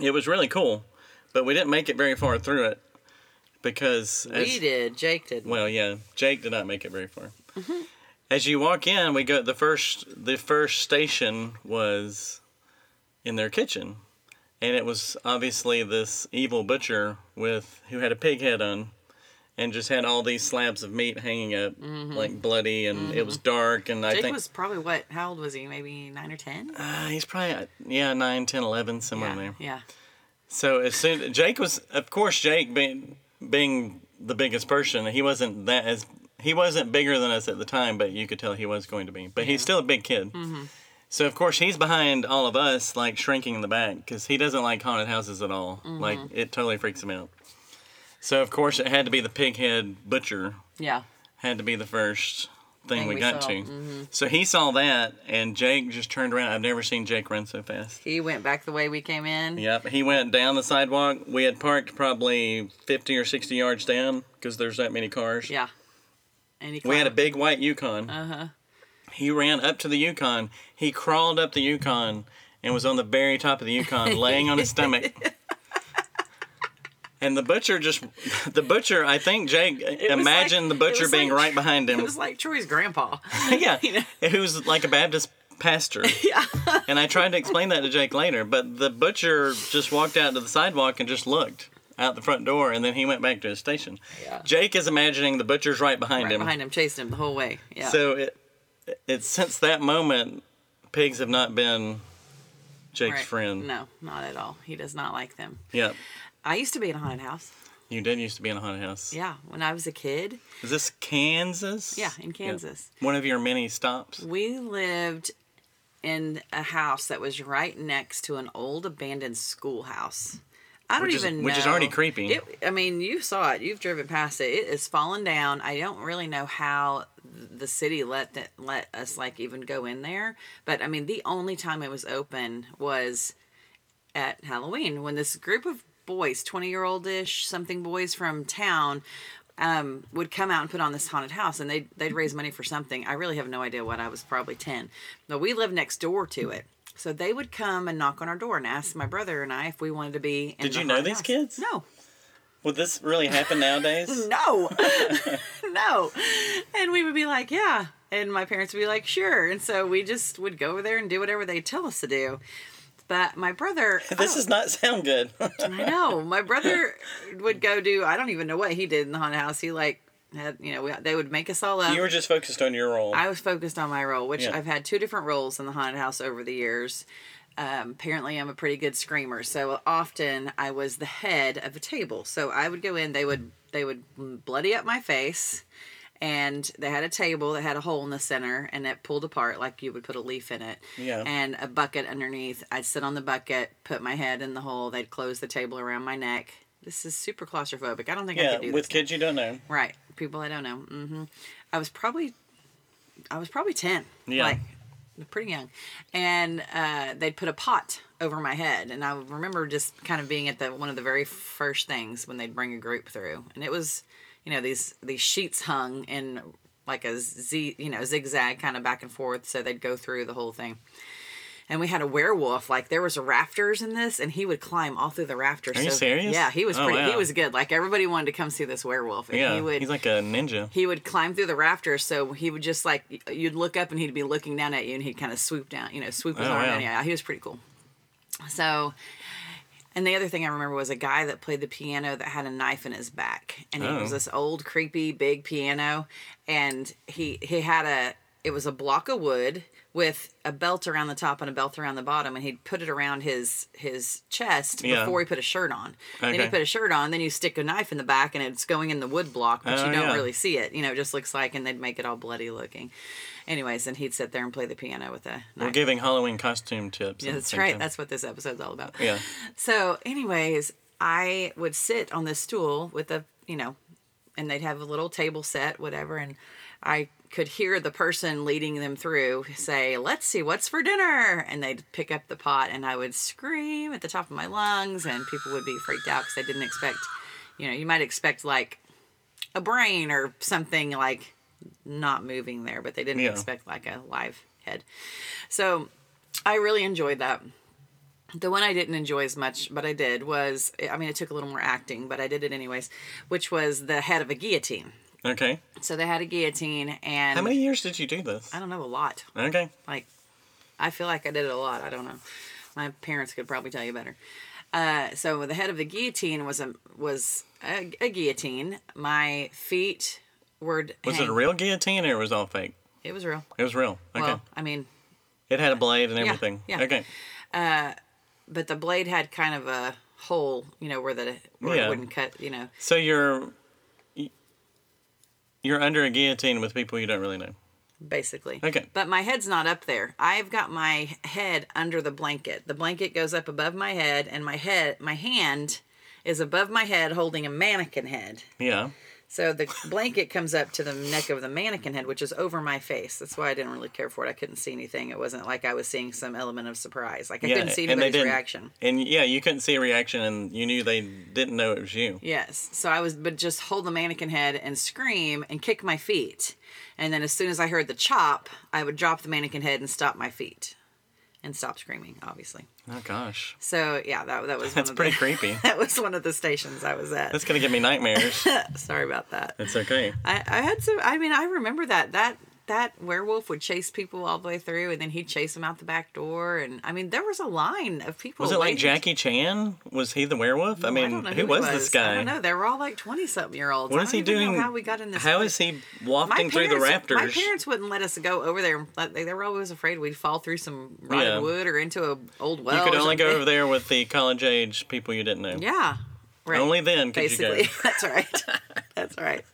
[SPEAKER 2] it was really cool but we didn't make it very far through it because
[SPEAKER 1] we did. Jake did.
[SPEAKER 2] well yeah jake did not make it very far
[SPEAKER 1] Mm-hmm.
[SPEAKER 2] as you walk in we go the first the first station was in their kitchen and it was obviously this evil butcher with who had a pig head on and just had all these slabs of meat hanging up like bloody and it was dark and i
[SPEAKER 1] Mm-hmm. Jake
[SPEAKER 2] think
[SPEAKER 1] was probably what? How old was he? Maybe nine or ten.
[SPEAKER 2] Uh, he's probably uh, yeah 9 10 11 somewhere in
[SPEAKER 1] yeah,
[SPEAKER 2] there
[SPEAKER 1] yeah,
[SPEAKER 2] so as soon jake was of course jake being being the biggest person he wasn't
[SPEAKER 1] Mm-hmm.
[SPEAKER 2] that as he wasn't bigger than us at the time but you could tell he was going to be but he's still a big kid So of course he's behind all of us, like shrinking in the back, because he doesn't like haunted houses at all.
[SPEAKER 1] Mm-hmm.
[SPEAKER 2] Like it totally freaks him out. So of course it had to be the pighead butcher
[SPEAKER 1] Yeah.
[SPEAKER 2] had to be the first thing,
[SPEAKER 1] Thing
[SPEAKER 2] we,
[SPEAKER 1] we
[SPEAKER 2] got
[SPEAKER 1] saw, Mm-hmm.
[SPEAKER 2] to. So he saw that, and Jake just turned around. I've never seen Jake run so fast.
[SPEAKER 1] He went back the way we came in.
[SPEAKER 2] Yep, he went down the sidewalk. We had parked probably 50 or 60 yards down because there's that many cars.
[SPEAKER 1] Yeah. Uh-huh. And he
[SPEAKER 2] We had a
[SPEAKER 1] climbed-
[SPEAKER 2] big white Yukon. Uh huh. He ran up to the Yukon. He crawled up the Yukon and was on the very top of the Yukon, laying on his stomach. And the butcher just, the butcher, I think Jake
[SPEAKER 1] was
[SPEAKER 2] imagined
[SPEAKER 1] like-
[SPEAKER 2] the
[SPEAKER 1] it
[SPEAKER 2] butcher
[SPEAKER 1] was
[SPEAKER 2] being
[SPEAKER 1] like-
[SPEAKER 2] right behind him.
[SPEAKER 1] It was like Troy's grandpa.
[SPEAKER 2] yeah, who's like a Baptist pastor. Yeah. and I tried to explain that to Jake later, but the butcher just walked out to the sidewalk and just looked out the front door, and then he went back to his station.
[SPEAKER 1] Yeah.
[SPEAKER 2] Jake is imagining the butcher's right behind
[SPEAKER 1] right
[SPEAKER 2] him.
[SPEAKER 1] behind him, chased him the whole way. Yeah.
[SPEAKER 2] So it, it's since that moment, pigs have not been Jake's
[SPEAKER 1] Right.
[SPEAKER 2] friend.
[SPEAKER 1] No, not at all. He does not like them.
[SPEAKER 2] Yeah.
[SPEAKER 1] I used to be in a haunted house.
[SPEAKER 2] You did used to be in a haunted house.
[SPEAKER 1] Yeah, when I was a kid.
[SPEAKER 2] Is this Kansas?
[SPEAKER 1] Yeah, in Kansas.
[SPEAKER 2] One of your many stops.
[SPEAKER 1] We lived in a house that was right next to an old abandoned schoolhouse. I don't
[SPEAKER 2] Which is-
[SPEAKER 1] even know.
[SPEAKER 2] which is already creepy.
[SPEAKER 1] It, I mean, you saw it. You've driven past it. It is fallen down. I don't really know how the city let that let us like even go in there. But I mean, the only time it was open was at Halloween when this group of boys, 20 year old ish, something boys from town, um, would come out and put on this haunted house and they'd, they'd raise money for something. I really have no idea what. I was probably 10. But we lived next door to it. So they would come and knock on our door and ask my brother and I if we wanted to be. In
[SPEAKER 2] Did
[SPEAKER 1] the
[SPEAKER 2] you know
[SPEAKER 1] haunted
[SPEAKER 2] these
[SPEAKER 1] house.
[SPEAKER 2] kids?
[SPEAKER 1] No,
[SPEAKER 2] Would this really happen nowadays?
[SPEAKER 1] no, no. And we would be like, yeah. And my parents would be like, sure. And so we just would go over there and do whatever they tell us to do. But my brother, I
[SPEAKER 2] this
[SPEAKER 1] don't-
[SPEAKER 2] does not sound good.
[SPEAKER 1] I know. My brother would go do. I don't even know what he did in the haunted house. He like had you know we, they would make us all up.
[SPEAKER 2] You were just focused on your role.
[SPEAKER 1] I was focused on my role, which
[SPEAKER 2] Yeah.
[SPEAKER 1] I've had two different roles in the haunted house over the years. Um, apparently, I'm a pretty good screamer, so often I was the head of a table. So I would go in. They would they would bloody up my face, and they had a table that had a hole in the center, and it pulled apart like you would put a leaf in it.
[SPEAKER 2] Yeah.
[SPEAKER 1] And a bucket underneath. I'd sit on the bucket, put my head in the hole. They'd close the table around my neck. This is super claustrophobic. I don't think I
[SPEAKER 2] yeah,
[SPEAKER 1] could do
[SPEAKER 2] with
[SPEAKER 1] this.
[SPEAKER 2] kids you don't know.
[SPEAKER 1] Right. People I don't know. hmm I was probably, I was probably 10.
[SPEAKER 2] Yeah.
[SPEAKER 1] Like, pretty young. And uh, they'd put a pot over my head. And I remember just kind of being at the one of the very first things when they'd bring a group through. And it was, you know, these, these sheets hung in like a Z, you know, zigzag kind of back and forth. So they'd go through the whole thing. And we had a werewolf. Like there was rafters in this, and he would climb all through the rafters.
[SPEAKER 2] Are you serious?
[SPEAKER 1] Yeah, he was
[SPEAKER 2] Oh,
[SPEAKER 1] pretty. He
[SPEAKER 2] wow.
[SPEAKER 1] was good. Like everybody wanted to come see this werewolf. And
[SPEAKER 2] Yeah,
[SPEAKER 1] he would,
[SPEAKER 2] he's like a ninja.
[SPEAKER 1] he would climb through the rafters. So he would just like y- you'd look up and he'd be looking down at you, and he'd kind of swoop down, you know, swoop his
[SPEAKER 2] Oh,
[SPEAKER 1] arm.
[SPEAKER 2] wow.
[SPEAKER 1] down. Yeah, he was pretty cool. So, and the other thing I remember was a guy that played the piano that had a knife in his back, and it
[SPEAKER 2] Oh.
[SPEAKER 1] was this old creepy big piano, and he he had a it was a block of wood with a belt around the top and a belt around the bottom, and he'd put it around his his chest
[SPEAKER 2] Yeah.
[SPEAKER 1] before he put a shirt on. Then he
[SPEAKER 2] Okay.
[SPEAKER 1] put a shirt on, then you stick a knife in the back, and it's going in the wood block, but
[SPEAKER 2] Oh,
[SPEAKER 1] you don't
[SPEAKER 2] yeah.
[SPEAKER 1] really see it. You know, it just looks like, and they'd make it all bloody looking. Anyways, and he'd sit there and play the piano with a
[SPEAKER 2] We're
[SPEAKER 1] knife.
[SPEAKER 2] giving Halloween costume tips.
[SPEAKER 1] Yeah,
[SPEAKER 2] at the
[SPEAKER 1] that's
[SPEAKER 2] same
[SPEAKER 1] right.
[SPEAKER 2] time.
[SPEAKER 1] That's what this episode's all about.
[SPEAKER 2] yeah.
[SPEAKER 1] So, anyways, I would sit on this stool with a, you know, and they'd have a little table set, whatever, and I could hear the person leading them through say, "Let's see what's for dinner," and they'd pick up the pot, and I would scream at the top of my lungs, and people would be freaked out because they didn't expect, you know, you might expect like a brain or something like not moving there, but they didn't
[SPEAKER 2] Yeah.
[SPEAKER 1] expect like a live head. So I really enjoyed that. The one I didn't enjoy as much, but I did was I mean, it took a little more acting, but I did it anyways, which was the head of a guillotine.
[SPEAKER 2] Okay.
[SPEAKER 1] So they had a guillotine, and
[SPEAKER 2] How many years did you do this?
[SPEAKER 1] I don't know, a lot.
[SPEAKER 2] Okay.
[SPEAKER 1] Like, I feel like I did it a lot. I don't know. My parents could probably tell you better. Uh, so the head of the guillotine was a was a, a guillotine. My feet were
[SPEAKER 2] Was it a real guillotine or was it all fake?
[SPEAKER 1] It was real.
[SPEAKER 2] It was real. Okay.
[SPEAKER 1] Well, I mean,
[SPEAKER 2] it had a blade and everything.
[SPEAKER 1] yeah.
[SPEAKER 2] Okay.
[SPEAKER 1] but the blade had kind of a hole, you know, where the where
[SPEAKER 2] Yeah.
[SPEAKER 1] it wouldn't cut, you know.
[SPEAKER 2] So you're you're under a guillotine with people you don't really know.
[SPEAKER 1] basically.
[SPEAKER 2] Okay.
[SPEAKER 1] But my head's not up there. I've got my head under the blanket. The blanket goes up above my head, and my head, my hand, is above my head holding a mannequin head.
[SPEAKER 2] Yeah.
[SPEAKER 1] So the blanket comes up to the neck of the mannequin head, which is over my face. That's why I didn't really care for it. I couldn't see anything. It wasn't like I was seeing some element of surprise. Like I
[SPEAKER 2] yeah.
[SPEAKER 1] couldn't see
[SPEAKER 2] and they
[SPEAKER 1] anybody's
[SPEAKER 2] didn't-
[SPEAKER 1] reaction.
[SPEAKER 2] And yeah, you couldn't see a reaction, and you knew they didn't know it was you.
[SPEAKER 1] Yes. So I was, but just hold the mannequin head and scream and kick my feet. And then as soon as I heard the chop, I would drop the mannequin head and stop my feet and stop screaming, obviously.
[SPEAKER 2] Oh gosh,
[SPEAKER 1] So yeah, that, that was one
[SPEAKER 2] that's
[SPEAKER 1] of
[SPEAKER 2] pretty
[SPEAKER 1] the,
[SPEAKER 2] creepy.
[SPEAKER 1] That was one of the stations I was at.
[SPEAKER 2] That's gonna give me nightmares.
[SPEAKER 1] Sorry about that.
[SPEAKER 2] It's okay.
[SPEAKER 1] I, I had some. I mean, I remember that that that werewolf would chase people all the way through, and then he'd chase them out the back door. And I mean, there was a line of people.
[SPEAKER 2] Was it like
[SPEAKER 1] waiting-
[SPEAKER 2] Jackie Chan? Was he the werewolf? I
[SPEAKER 1] Oh,
[SPEAKER 2] mean,
[SPEAKER 1] don't know
[SPEAKER 2] who, was,
[SPEAKER 1] it
[SPEAKER 2] this
[SPEAKER 1] I
[SPEAKER 2] guy?
[SPEAKER 1] don't know. They were all like twenty something year olds.
[SPEAKER 2] What
[SPEAKER 1] I
[SPEAKER 2] is he
[SPEAKER 1] don't even know
[SPEAKER 2] doing?
[SPEAKER 1] How we got in this?
[SPEAKER 2] How
[SPEAKER 1] mess.
[SPEAKER 2] is he
[SPEAKER 1] My
[SPEAKER 2] wafting through the
[SPEAKER 1] parents-
[SPEAKER 2] rafters?
[SPEAKER 1] My parents wouldn't let us go over there. Like, They they were always afraid we'd fall through some rotted
[SPEAKER 2] Yeah.
[SPEAKER 1] wood or into a old well.
[SPEAKER 2] you could
[SPEAKER 1] or
[SPEAKER 2] only go
[SPEAKER 1] something.
[SPEAKER 2] over there with the college age people you didn't know.
[SPEAKER 1] Yeah. Right.
[SPEAKER 2] Only then could
[SPEAKER 1] Basically,
[SPEAKER 2] you
[SPEAKER 1] that's right. That's right.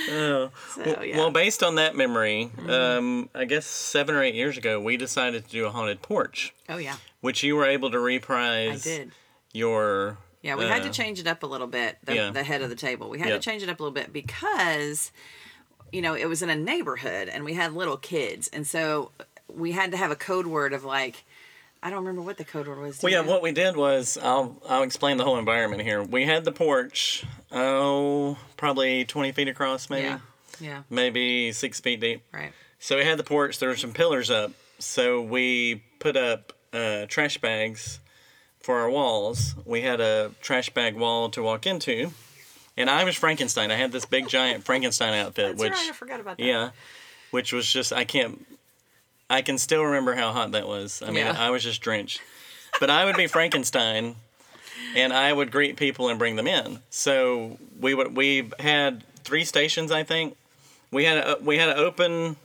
[SPEAKER 1] so, Oh,
[SPEAKER 2] go.
[SPEAKER 1] yeah.
[SPEAKER 2] Oh.
[SPEAKER 1] Mm-hmm.
[SPEAKER 2] Well, based on that memory, um, I guess seven or eight years ago, we decided to do a haunted porch,
[SPEAKER 1] oh yeah,
[SPEAKER 2] which you were able to
[SPEAKER 1] I
[SPEAKER 2] reprise
[SPEAKER 1] did.
[SPEAKER 2] your.
[SPEAKER 1] Yeah, we had to
[SPEAKER 2] uh,
[SPEAKER 1] change it up a little bit. The,
[SPEAKER 2] yeah.
[SPEAKER 1] the head of the table. We had
[SPEAKER 2] Yeah.
[SPEAKER 1] to change it up a little bit because, you know, it was in a neighborhood and we had little kids, and so we had to have a code word of like, I don't remember what the code word was. do
[SPEAKER 2] Well,
[SPEAKER 1] you
[SPEAKER 2] yeah.
[SPEAKER 1] know?
[SPEAKER 2] What we did was, I'll I'll explain the whole environment here. We had the porch, oh, probably twenty feet across, maybe,
[SPEAKER 1] Yeah. Yeah.
[SPEAKER 2] maybe six feet deep.
[SPEAKER 1] Right.
[SPEAKER 2] So we had the porch. There were some pillars up. So we put up uh, trash bags for our walls. We had a trash bag wall to walk into, and I was Frankenstein. I had this big giant Frankenstein outfit,
[SPEAKER 1] That's
[SPEAKER 2] which
[SPEAKER 1] right. I forgot about that.
[SPEAKER 2] yeah, which was just I can't. I can still remember how hot that was. I mean,
[SPEAKER 1] Yeah.
[SPEAKER 2] I was just drenched. But I would be Frankenstein, and I would greet people and bring them in. So we would we had three stations, I think. We had a, we had an open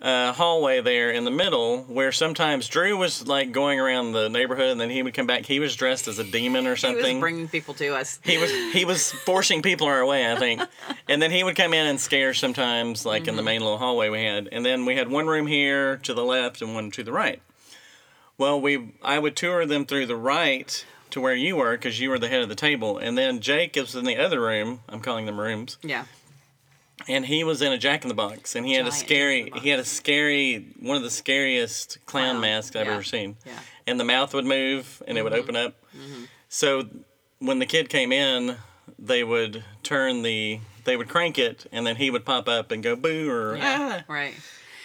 [SPEAKER 2] uh, hallway there in the middle where sometimes Drew was like going around the neighborhood, and then he would come back. He was dressed as a demon or
[SPEAKER 1] He
[SPEAKER 2] something
[SPEAKER 1] was bringing people to us.
[SPEAKER 2] he was he was forcing people our way, I think. And then he would come in and scare sometimes, like in the main little hallway we had. And then we had one room here to the left and one to the right. Well, we I would tour them through the right to where you were because you were the head of the table, and then Jake is in the other room. I'm calling them rooms,
[SPEAKER 1] Yeah.
[SPEAKER 2] and he was in a Jack in the Box, and he had a
[SPEAKER 1] Giant
[SPEAKER 2] scary
[SPEAKER 1] Jack in the
[SPEAKER 2] he had a scary one of the scariest clown
[SPEAKER 1] Clown,
[SPEAKER 2] masks I've
[SPEAKER 1] yeah,
[SPEAKER 2] ever seen
[SPEAKER 1] yeah. Mm-hmm.
[SPEAKER 2] and the mouth would move and it would open up. So when the kid came in, they would turn the they would crank it and then he would pop up and go boo or ah.
[SPEAKER 1] Right.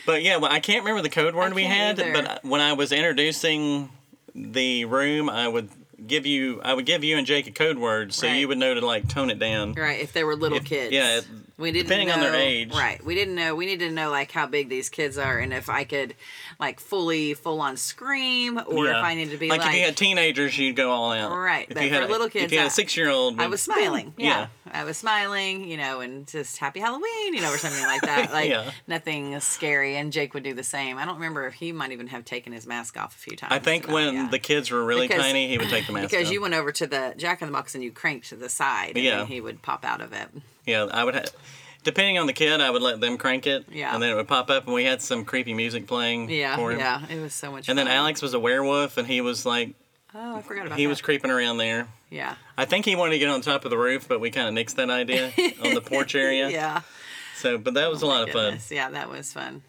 [SPEAKER 2] But yeah, well, I can't remember the code word we had,
[SPEAKER 1] can't either.
[SPEAKER 2] but when I was introducing the room, I would give you I would give you and Jake a code word so
[SPEAKER 1] Right.
[SPEAKER 2] you would know to like tone it down.
[SPEAKER 1] Right. If they were little kids.
[SPEAKER 2] yeah, it-
[SPEAKER 1] We didn't
[SPEAKER 2] depending
[SPEAKER 1] know,
[SPEAKER 2] on their age.
[SPEAKER 1] Right. We didn't know. We needed to know like how big these kids are and if I could like fully full on scream or
[SPEAKER 2] Yeah.
[SPEAKER 1] if I needed to be
[SPEAKER 2] like,
[SPEAKER 1] like,
[SPEAKER 2] if you had teenagers, you'd go all out.
[SPEAKER 1] Right,
[SPEAKER 2] If
[SPEAKER 1] but
[SPEAKER 2] you had
[SPEAKER 1] for
[SPEAKER 2] a-
[SPEAKER 1] little
[SPEAKER 2] if
[SPEAKER 1] kids,
[SPEAKER 2] you had
[SPEAKER 1] I-
[SPEAKER 2] a six-year-old,
[SPEAKER 1] I
[SPEAKER 2] we'd-
[SPEAKER 1] was smiling.
[SPEAKER 2] Yeah.
[SPEAKER 1] Yeah. I was smiling, you know, and just happy Halloween, you know, or something like that. Like
[SPEAKER 2] Yeah.
[SPEAKER 1] nothing scary. And Jake would do the same. I don't remember if he might even have taken his mask off a few times.
[SPEAKER 2] I think
[SPEAKER 1] but,
[SPEAKER 2] when
[SPEAKER 1] yeah.
[SPEAKER 2] the kids were really
[SPEAKER 1] Because-
[SPEAKER 2] tiny, he would take the mask
[SPEAKER 1] because
[SPEAKER 2] off.
[SPEAKER 1] you went over to the Jack in the Box and you cranked to the side, and
[SPEAKER 2] Yeah.
[SPEAKER 1] then he would pop out of it.
[SPEAKER 2] Yeah, I would. Ha- depending on the kid, I would let them crank it.
[SPEAKER 1] Yeah.
[SPEAKER 2] And then it would pop up, and we had some creepy music playing.
[SPEAKER 1] Yeah,
[SPEAKER 2] For him.
[SPEAKER 1] yeah, it was so much.
[SPEAKER 2] And then
[SPEAKER 1] fun.
[SPEAKER 2] Alex was a werewolf, and he was like,
[SPEAKER 1] oh, I forgot about
[SPEAKER 2] he
[SPEAKER 1] that.
[SPEAKER 2] was creeping around there.
[SPEAKER 1] yeah,
[SPEAKER 2] I think he wanted to get on top of the roof, but we kind of nixed that idea on the porch area.
[SPEAKER 1] yeah. Oh
[SPEAKER 2] So, but that was a lot of fun.
[SPEAKER 1] Goodness, Yeah, that was fun.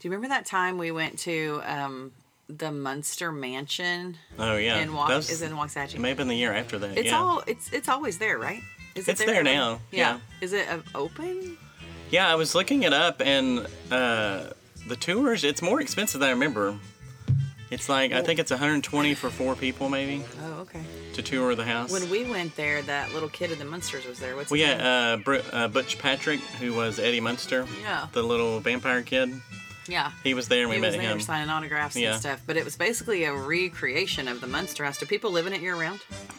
[SPEAKER 1] Do you remember that time we went to um, the Munster Mansion
[SPEAKER 2] Oh yeah.
[SPEAKER 1] in Wa-
[SPEAKER 2] That was-
[SPEAKER 1] is in Waxahachie?
[SPEAKER 2] It may have been the year after that.
[SPEAKER 1] It's
[SPEAKER 2] yeah.
[SPEAKER 1] all it's it's always there, right? Is
[SPEAKER 2] It's there now, yeah.
[SPEAKER 1] Is it uh, open?
[SPEAKER 2] Yeah, I was looking it up, and uh, the tours. It's more expensive than I remember. It's like I think it's 120 for four people maybe
[SPEAKER 1] Oh, okay.
[SPEAKER 2] to tour the house.
[SPEAKER 1] When we went there, that little kid of the Munsters was there. What's
[SPEAKER 2] Well,
[SPEAKER 1] his name?
[SPEAKER 2] yeah, uh, Br- uh, Butch Patrick, who was Eddie Munster,
[SPEAKER 1] Yeah.
[SPEAKER 2] the little vampire kid,
[SPEAKER 1] yeah.
[SPEAKER 2] he was there and we
[SPEAKER 1] He
[SPEAKER 2] met
[SPEAKER 1] was there
[SPEAKER 2] him.
[SPEAKER 1] signing autographs
[SPEAKER 2] Yeah.
[SPEAKER 1] and stuff, but it was basically a recreation of the Munster House. Do people live in it year round?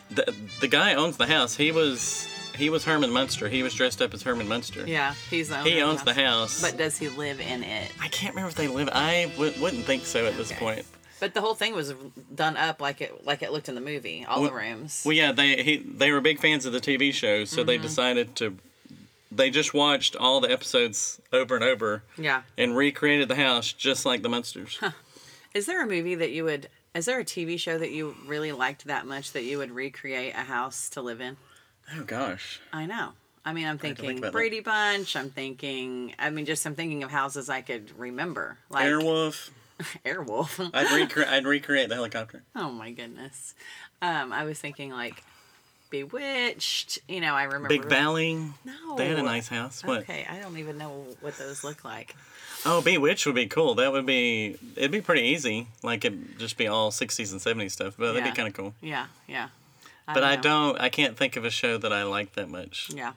[SPEAKER 2] The, the guy owns the house. He was he was Herman Munster. He was dressed up as Herman Munster.
[SPEAKER 1] Yeah, he's the owner
[SPEAKER 2] He
[SPEAKER 1] of
[SPEAKER 2] owns the house.
[SPEAKER 1] But does he live in it?
[SPEAKER 2] I can't remember if they live. I w- wouldn't think so at this
[SPEAKER 1] Okay.
[SPEAKER 2] point.
[SPEAKER 1] But the whole thing was done up like it like it looked in the movie. All
[SPEAKER 2] Well-
[SPEAKER 1] the rooms. Mm-hmm.
[SPEAKER 2] Well, yeah, they he, they were big fans of the TV show, so they decided to they just watched all the episodes over and over
[SPEAKER 1] Yeah.
[SPEAKER 2] and recreated the house just like the Munsters.
[SPEAKER 1] Is there a movie that you would? Is there a TV show that you really liked that much that you would recreate a house to live in?
[SPEAKER 2] Oh gosh.
[SPEAKER 1] I know. I mean, I'm
[SPEAKER 2] to think
[SPEAKER 1] thinking
[SPEAKER 2] about that.
[SPEAKER 1] Brady Bunch. I'm thinking. I mean, just I'm thinking of houses I could remember, like
[SPEAKER 2] Airwolf.
[SPEAKER 1] Airwolf.
[SPEAKER 2] I'd recreate I'd recreate the helicopter.
[SPEAKER 1] oh my goodness. Um, I was thinking like Bewitched. You know, I remember
[SPEAKER 2] Big Valley.
[SPEAKER 1] No.
[SPEAKER 2] They had a nice house. What?
[SPEAKER 1] Oh, Okay, I don't even know what those look like.
[SPEAKER 2] Oh, Bewitched would be cool. That would be it'd be pretty easy. Like it'd just be all sixties and seventies stuff, but that'd
[SPEAKER 1] Yeah.
[SPEAKER 2] be kinda cool.
[SPEAKER 1] Yeah, yeah.
[SPEAKER 2] but I
[SPEAKER 1] know.
[SPEAKER 2] don't I can't think of a show that I like that much.
[SPEAKER 1] Yeah,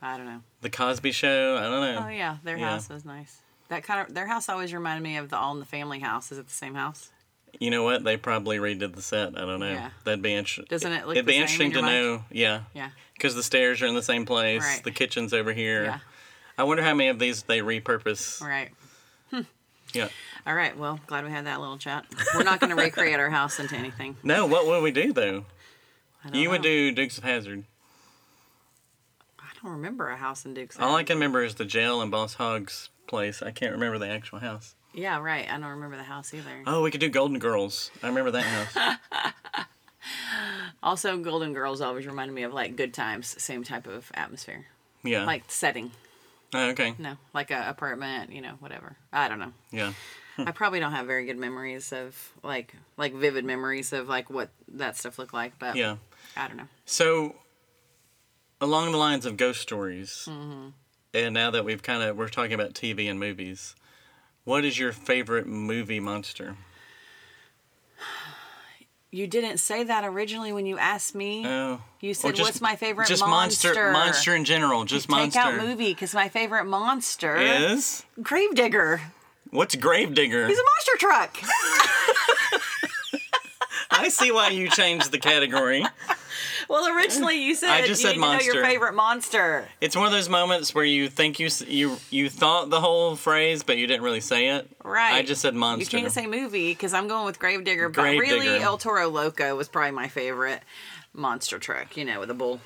[SPEAKER 1] I don't know.
[SPEAKER 2] The Cosby show, I don't know.
[SPEAKER 1] Oh yeah, their
[SPEAKER 2] Yeah.
[SPEAKER 1] house was nice. That kind of their house always reminded me of the All in the Family house. Is it the same house?
[SPEAKER 2] You know what? They probably redid the set. I don't know.
[SPEAKER 1] Yeah.
[SPEAKER 2] That'd be interesting.
[SPEAKER 1] Doesn't it look
[SPEAKER 2] It'd
[SPEAKER 1] the
[SPEAKER 2] be
[SPEAKER 1] same
[SPEAKER 2] interesting
[SPEAKER 1] in your
[SPEAKER 2] to
[SPEAKER 1] mind?
[SPEAKER 2] know. Yeah.
[SPEAKER 1] Yeah.
[SPEAKER 2] Because the stairs are in the same place.
[SPEAKER 1] Right.
[SPEAKER 2] The kitchen's over here.
[SPEAKER 1] Yeah.
[SPEAKER 2] I wonder how many of these they repurpose.
[SPEAKER 1] All right.
[SPEAKER 2] Yeah.
[SPEAKER 1] All right. Well, glad we had that little chat. We're not going to recreate our house into anything.
[SPEAKER 2] No, what would we do though?
[SPEAKER 1] I don't
[SPEAKER 2] You would
[SPEAKER 1] know.
[SPEAKER 2] do Dukes of Hazard.
[SPEAKER 1] I don't remember a house in Duke's.
[SPEAKER 2] All I can remember is the jail and Boss Hogg's place. I can't remember the actual house.
[SPEAKER 1] yeah, right. I don't remember the house either.
[SPEAKER 2] Oh, we could do Golden Girls. I remember that house.
[SPEAKER 1] Also, Golden Girls always reminded me of like Good Times, same type of atmosphere,
[SPEAKER 2] Yeah.
[SPEAKER 1] like setting.
[SPEAKER 2] Oh, okay.
[SPEAKER 1] No, like a apartment, you know, whatever. I don't know.
[SPEAKER 2] Yeah.
[SPEAKER 1] I probably don't have very good memories of like like vivid memories of like what that stuff looked like, but
[SPEAKER 2] Yeah.
[SPEAKER 1] I don't know.
[SPEAKER 2] So, along the lines of ghost stories,
[SPEAKER 1] Mm-hmm.
[SPEAKER 2] and now that we've kind of we're talking about TV and movies, what is your favorite movie monster?
[SPEAKER 1] You didn't say that originally when you asked me.
[SPEAKER 2] Oh,
[SPEAKER 1] you
[SPEAKER 2] or
[SPEAKER 1] said what's my favorite
[SPEAKER 2] just
[SPEAKER 1] monster?
[SPEAKER 2] monster? in general, just
[SPEAKER 1] Take
[SPEAKER 2] monster.
[SPEAKER 1] out movie because my favorite monster
[SPEAKER 2] Is
[SPEAKER 1] Gravedigger.
[SPEAKER 2] what's Gravedigger?
[SPEAKER 1] He's a monster truck.
[SPEAKER 2] I see why you changed the category.
[SPEAKER 1] well, originally you said
[SPEAKER 2] I just
[SPEAKER 1] you
[SPEAKER 2] said
[SPEAKER 1] need to know
[SPEAKER 2] monster.
[SPEAKER 1] your favorite monster.
[SPEAKER 2] It's one of those moments where you think you s- you you thought the whole phrase, but you didn't really say it.
[SPEAKER 1] Right.
[SPEAKER 2] I just said
[SPEAKER 1] You
[SPEAKER 2] monster.
[SPEAKER 1] can't say movie because I'm going with Gravedigger, but really
[SPEAKER 2] Gravedigger.
[SPEAKER 1] El Toro Loco was probably my favorite monster truck. You know, with the bull,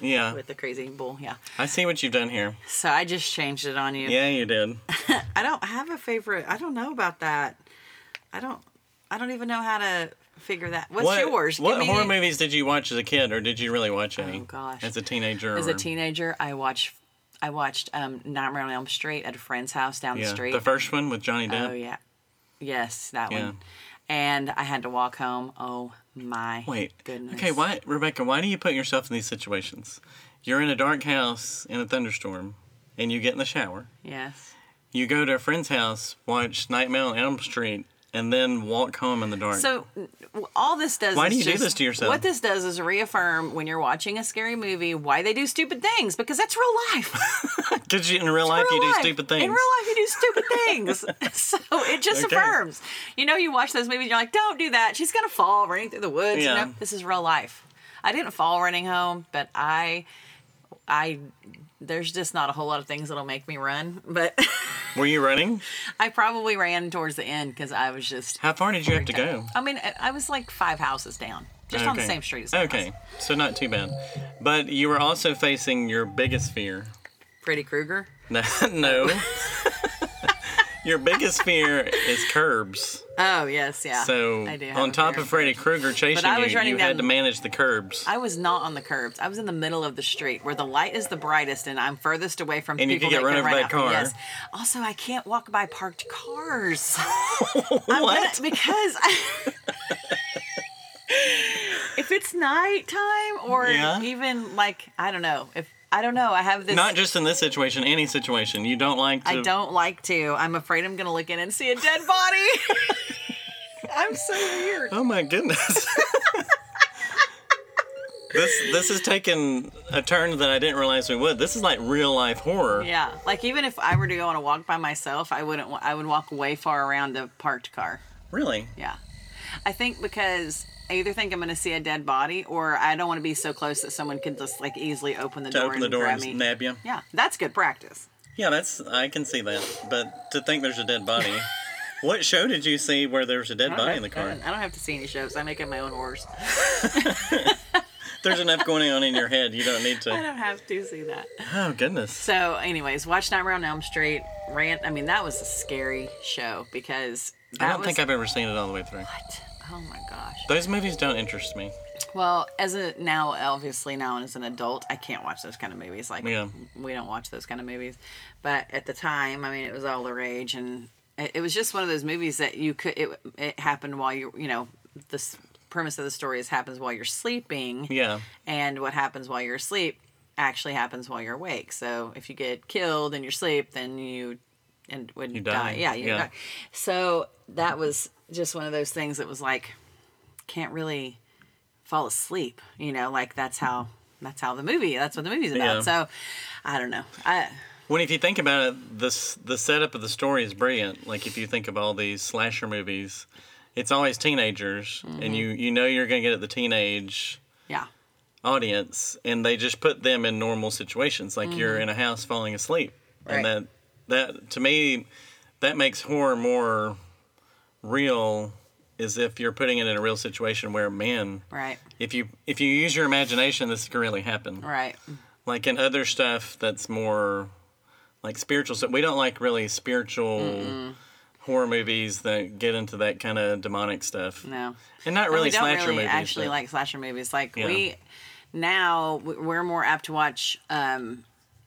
[SPEAKER 2] yeah.
[SPEAKER 1] with the crazy bull. Yeah.
[SPEAKER 2] I see what you've done here.
[SPEAKER 1] So I just changed it on you.
[SPEAKER 2] Yeah, you did.
[SPEAKER 1] I don't have a favorite. I don't know about that. I don't. I don't even know how to figure that. What's
[SPEAKER 2] what,
[SPEAKER 1] yours?
[SPEAKER 2] What
[SPEAKER 1] Give me-
[SPEAKER 2] horror movies did you watch as a kid, or did you really watch any?
[SPEAKER 1] Oh, gosh.
[SPEAKER 2] As a teenager.
[SPEAKER 1] As a
[SPEAKER 2] or-
[SPEAKER 1] teenager, I watched. I watched um, Nightmare on Elm Street at a friend's house down
[SPEAKER 2] Yeah.
[SPEAKER 1] the street.
[SPEAKER 2] The first one with Johnny Depp.
[SPEAKER 1] oh yeah, yes, that
[SPEAKER 2] Yeah.
[SPEAKER 1] one. And I had to walk home. Oh my.
[SPEAKER 2] Wait.
[SPEAKER 1] Goodness.
[SPEAKER 2] Okay, why, Rebecca? Why do you put yourself in these situations? You're in a dark house in a thunderstorm, and you get in the shower.
[SPEAKER 1] Yes.
[SPEAKER 2] You go to a friend's house, watch Nightmare on Elm Street, and then walk home in the dark.
[SPEAKER 1] So n- all this does.
[SPEAKER 2] Why
[SPEAKER 1] is
[SPEAKER 2] do you do
[SPEAKER 1] just-
[SPEAKER 2] this to yourself?
[SPEAKER 1] What this does is reaffirm when you're watching a scary movie why they do stupid things because that's real life.
[SPEAKER 2] Because you in real life you
[SPEAKER 1] real
[SPEAKER 2] do
[SPEAKER 1] life.
[SPEAKER 2] stupid things.
[SPEAKER 1] In real life, you do stupid things. so it just
[SPEAKER 2] Okay.
[SPEAKER 1] affirms. You know, you watch those movies, you're like, don't do that. She's going to fall running through the woods.
[SPEAKER 2] Yeah.
[SPEAKER 1] You know, this is real life. I didn't fall running home, but I, I, there's just not a whole lot of things that'll make me run. But
[SPEAKER 2] Were you running?
[SPEAKER 1] I probably ran towards the end because I was just.
[SPEAKER 2] How far did you have to go?
[SPEAKER 1] I mean, I- I was like five houses down, just on the
[SPEAKER 2] Okay.
[SPEAKER 1] same street as my
[SPEAKER 2] Okay,
[SPEAKER 1] house.
[SPEAKER 2] so not too bad. But you were also facing your biggest fear.
[SPEAKER 1] Freddy Krueger.
[SPEAKER 2] No. no.
[SPEAKER 1] Oh.
[SPEAKER 2] your biggest fear is curbs.
[SPEAKER 1] Oh yes, yeah.
[SPEAKER 2] So
[SPEAKER 1] I do have
[SPEAKER 2] on
[SPEAKER 1] a
[SPEAKER 2] top
[SPEAKER 1] fear
[SPEAKER 2] of Freddy Krueger chasing
[SPEAKER 1] I was
[SPEAKER 2] you,
[SPEAKER 1] running
[SPEAKER 2] you had
[SPEAKER 1] down-
[SPEAKER 2] to manage the curbs.
[SPEAKER 1] I was not on the curbs. I was in the middle of the street where the light is the brightest and I'm furthest away from
[SPEAKER 2] And you
[SPEAKER 1] people
[SPEAKER 2] could get
[SPEAKER 1] that
[SPEAKER 2] run
[SPEAKER 1] can
[SPEAKER 2] over by a car.
[SPEAKER 1] Yes. Also, I can't walk by parked cars. I'm gonna-
[SPEAKER 2] what?
[SPEAKER 1] because I- if it's nighttime or
[SPEAKER 2] Yeah.
[SPEAKER 1] even like I don't know if I don't know. I have this.
[SPEAKER 2] Not just in this situation, any situation. You don't like to.
[SPEAKER 1] I don't like to. I'm afraid I'm gonna look in and see a dead body. I'm so weird.
[SPEAKER 2] Oh my goodness. this this has taken a turn that I didn't realize we would. This is like real life horror.
[SPEAKER 1] Yeah, like even if I were to go on a walk by myself, I wouldn't. wa- I would walk way far around a parked car.
[SPEAKER 2] Really?
[SPEAKER 1] Yeah. I think because I either think I'm going to see a dead body or I don't want to be so close that someone could just like easily open the
[SPEAKER 2] To
[SPEAKER 1] door
[SPEAKER 2] open
[SPEAKER 1] and
[SPEAKER 2] the door
[SPEAKER 1] grab
[SPEAKER 2] and
[SPEAKER 1] me.
[SPEAKER 2] nab you.
[SPEAKER 1] yeah, that's good practice.
[SPEAKER 2] Yeah, that's I can see that. But to think there's a dead body. what show did you see where there was a dead
[SPEAKER 1] I don't
[SPEAKER 2] body
[SPEAKER 1] have-
[SPEAKER 2] in the
[SPEAKER 1] I
[SPEAKER 2] car?
[SPEAKER 1] don't, I don't have to see any shows. I make up my own horrors.
[SPEAKER 2] there's enough going on in your head. You don't need
[SPEAKER 1] I
[SPEAKER 2] to.
[SPEAKER 1] don't have to see that.
[SPEAKER 2] Oh goodness.
[SPEAKER 1] So, anyways, watch Nightmare on Elm Street. Rant. I mean, that was a scary show because that
[SPEAKER 2] I don't
[SPEAKER 1] was.
[SPEAKER 2] think I've ever seen it all the way through.
[SPEAKER 1] what? Oh my gosh.
[SPEAKER 2] Those movies don't interest me.
[SPEAKER 1] Well, as a now, obviously now as an adult, I can't watch those kind of movies. Like
[SPEAKER 2] Yeah.
[SPEAKER 1] we don't watch those kind of movies, but at the time, I mean, it was all the rage, and it, it was just one of those movies that you could. It, it happened while you, you know, this premise of the story is happens while you're sleeping,
[SPEAKER 2] Yeah.
[SPEAKER 1] and what happens while you're asleep actually happens while you're awake. So if you get killed in your sleep, then you and would
[SPEAKER 2] You
[SPEAKER 1] die.
[SPEAKER 2] die.
[SPEAKER 1] Yeah, you
[SPEAKER 2] Yeah.
[SPEAKER 1] die. So that was just one of those things that was like can't really fall asleep. You know, like that's how that's how the movie. That's what the movie's about.
[SPEAKER 2] Yeah.
[SPEAKER 1] So I don't know. I
[SPEAKER 2] When if you think about it, this the setup of the story is brilliant. Like if you think of all these slasher movies, it's always teenagers,
[SPEAKER 1] Mm-hmm.
[SPEAKER 2] and you you know you're gonna get at the teenage
[SPEAKER 1] yeah.
[SPEAKER 2] audience, and they just put them in normal situations, like you're in a house falling asleep,
[SPEAKER 1] Mm-hmm. Right.
[SPEAKER 2] and that that to me that makes horror more real. Is if you're putting it in a real situation where man,
[SPEAKER 1] Right.
[SPEAKER 2] if you if you use your imagination, this could really happen
[SPEAKER 1] Right.
[SPEAKER 2] like in other stuff that's more like spiritual stuff. We don't like really spiritual horror movies that get into that kind of demonic stuff,
[SPEAKER 1] No.
[SPEAKER 2] and not really
[SPEAKER 1] we don't
[SPEAKER 2] slasher
[SPEAKER 1] really
[SPEAKER 2] movies.
[SPEAKER 1] actually
[SPEAKER 2] but-
[SPEAKER 1] like slasher movies. Like
[SPEAKER 2] Yeah.
[SPEAKER 1] we now we- we're more apt to watch um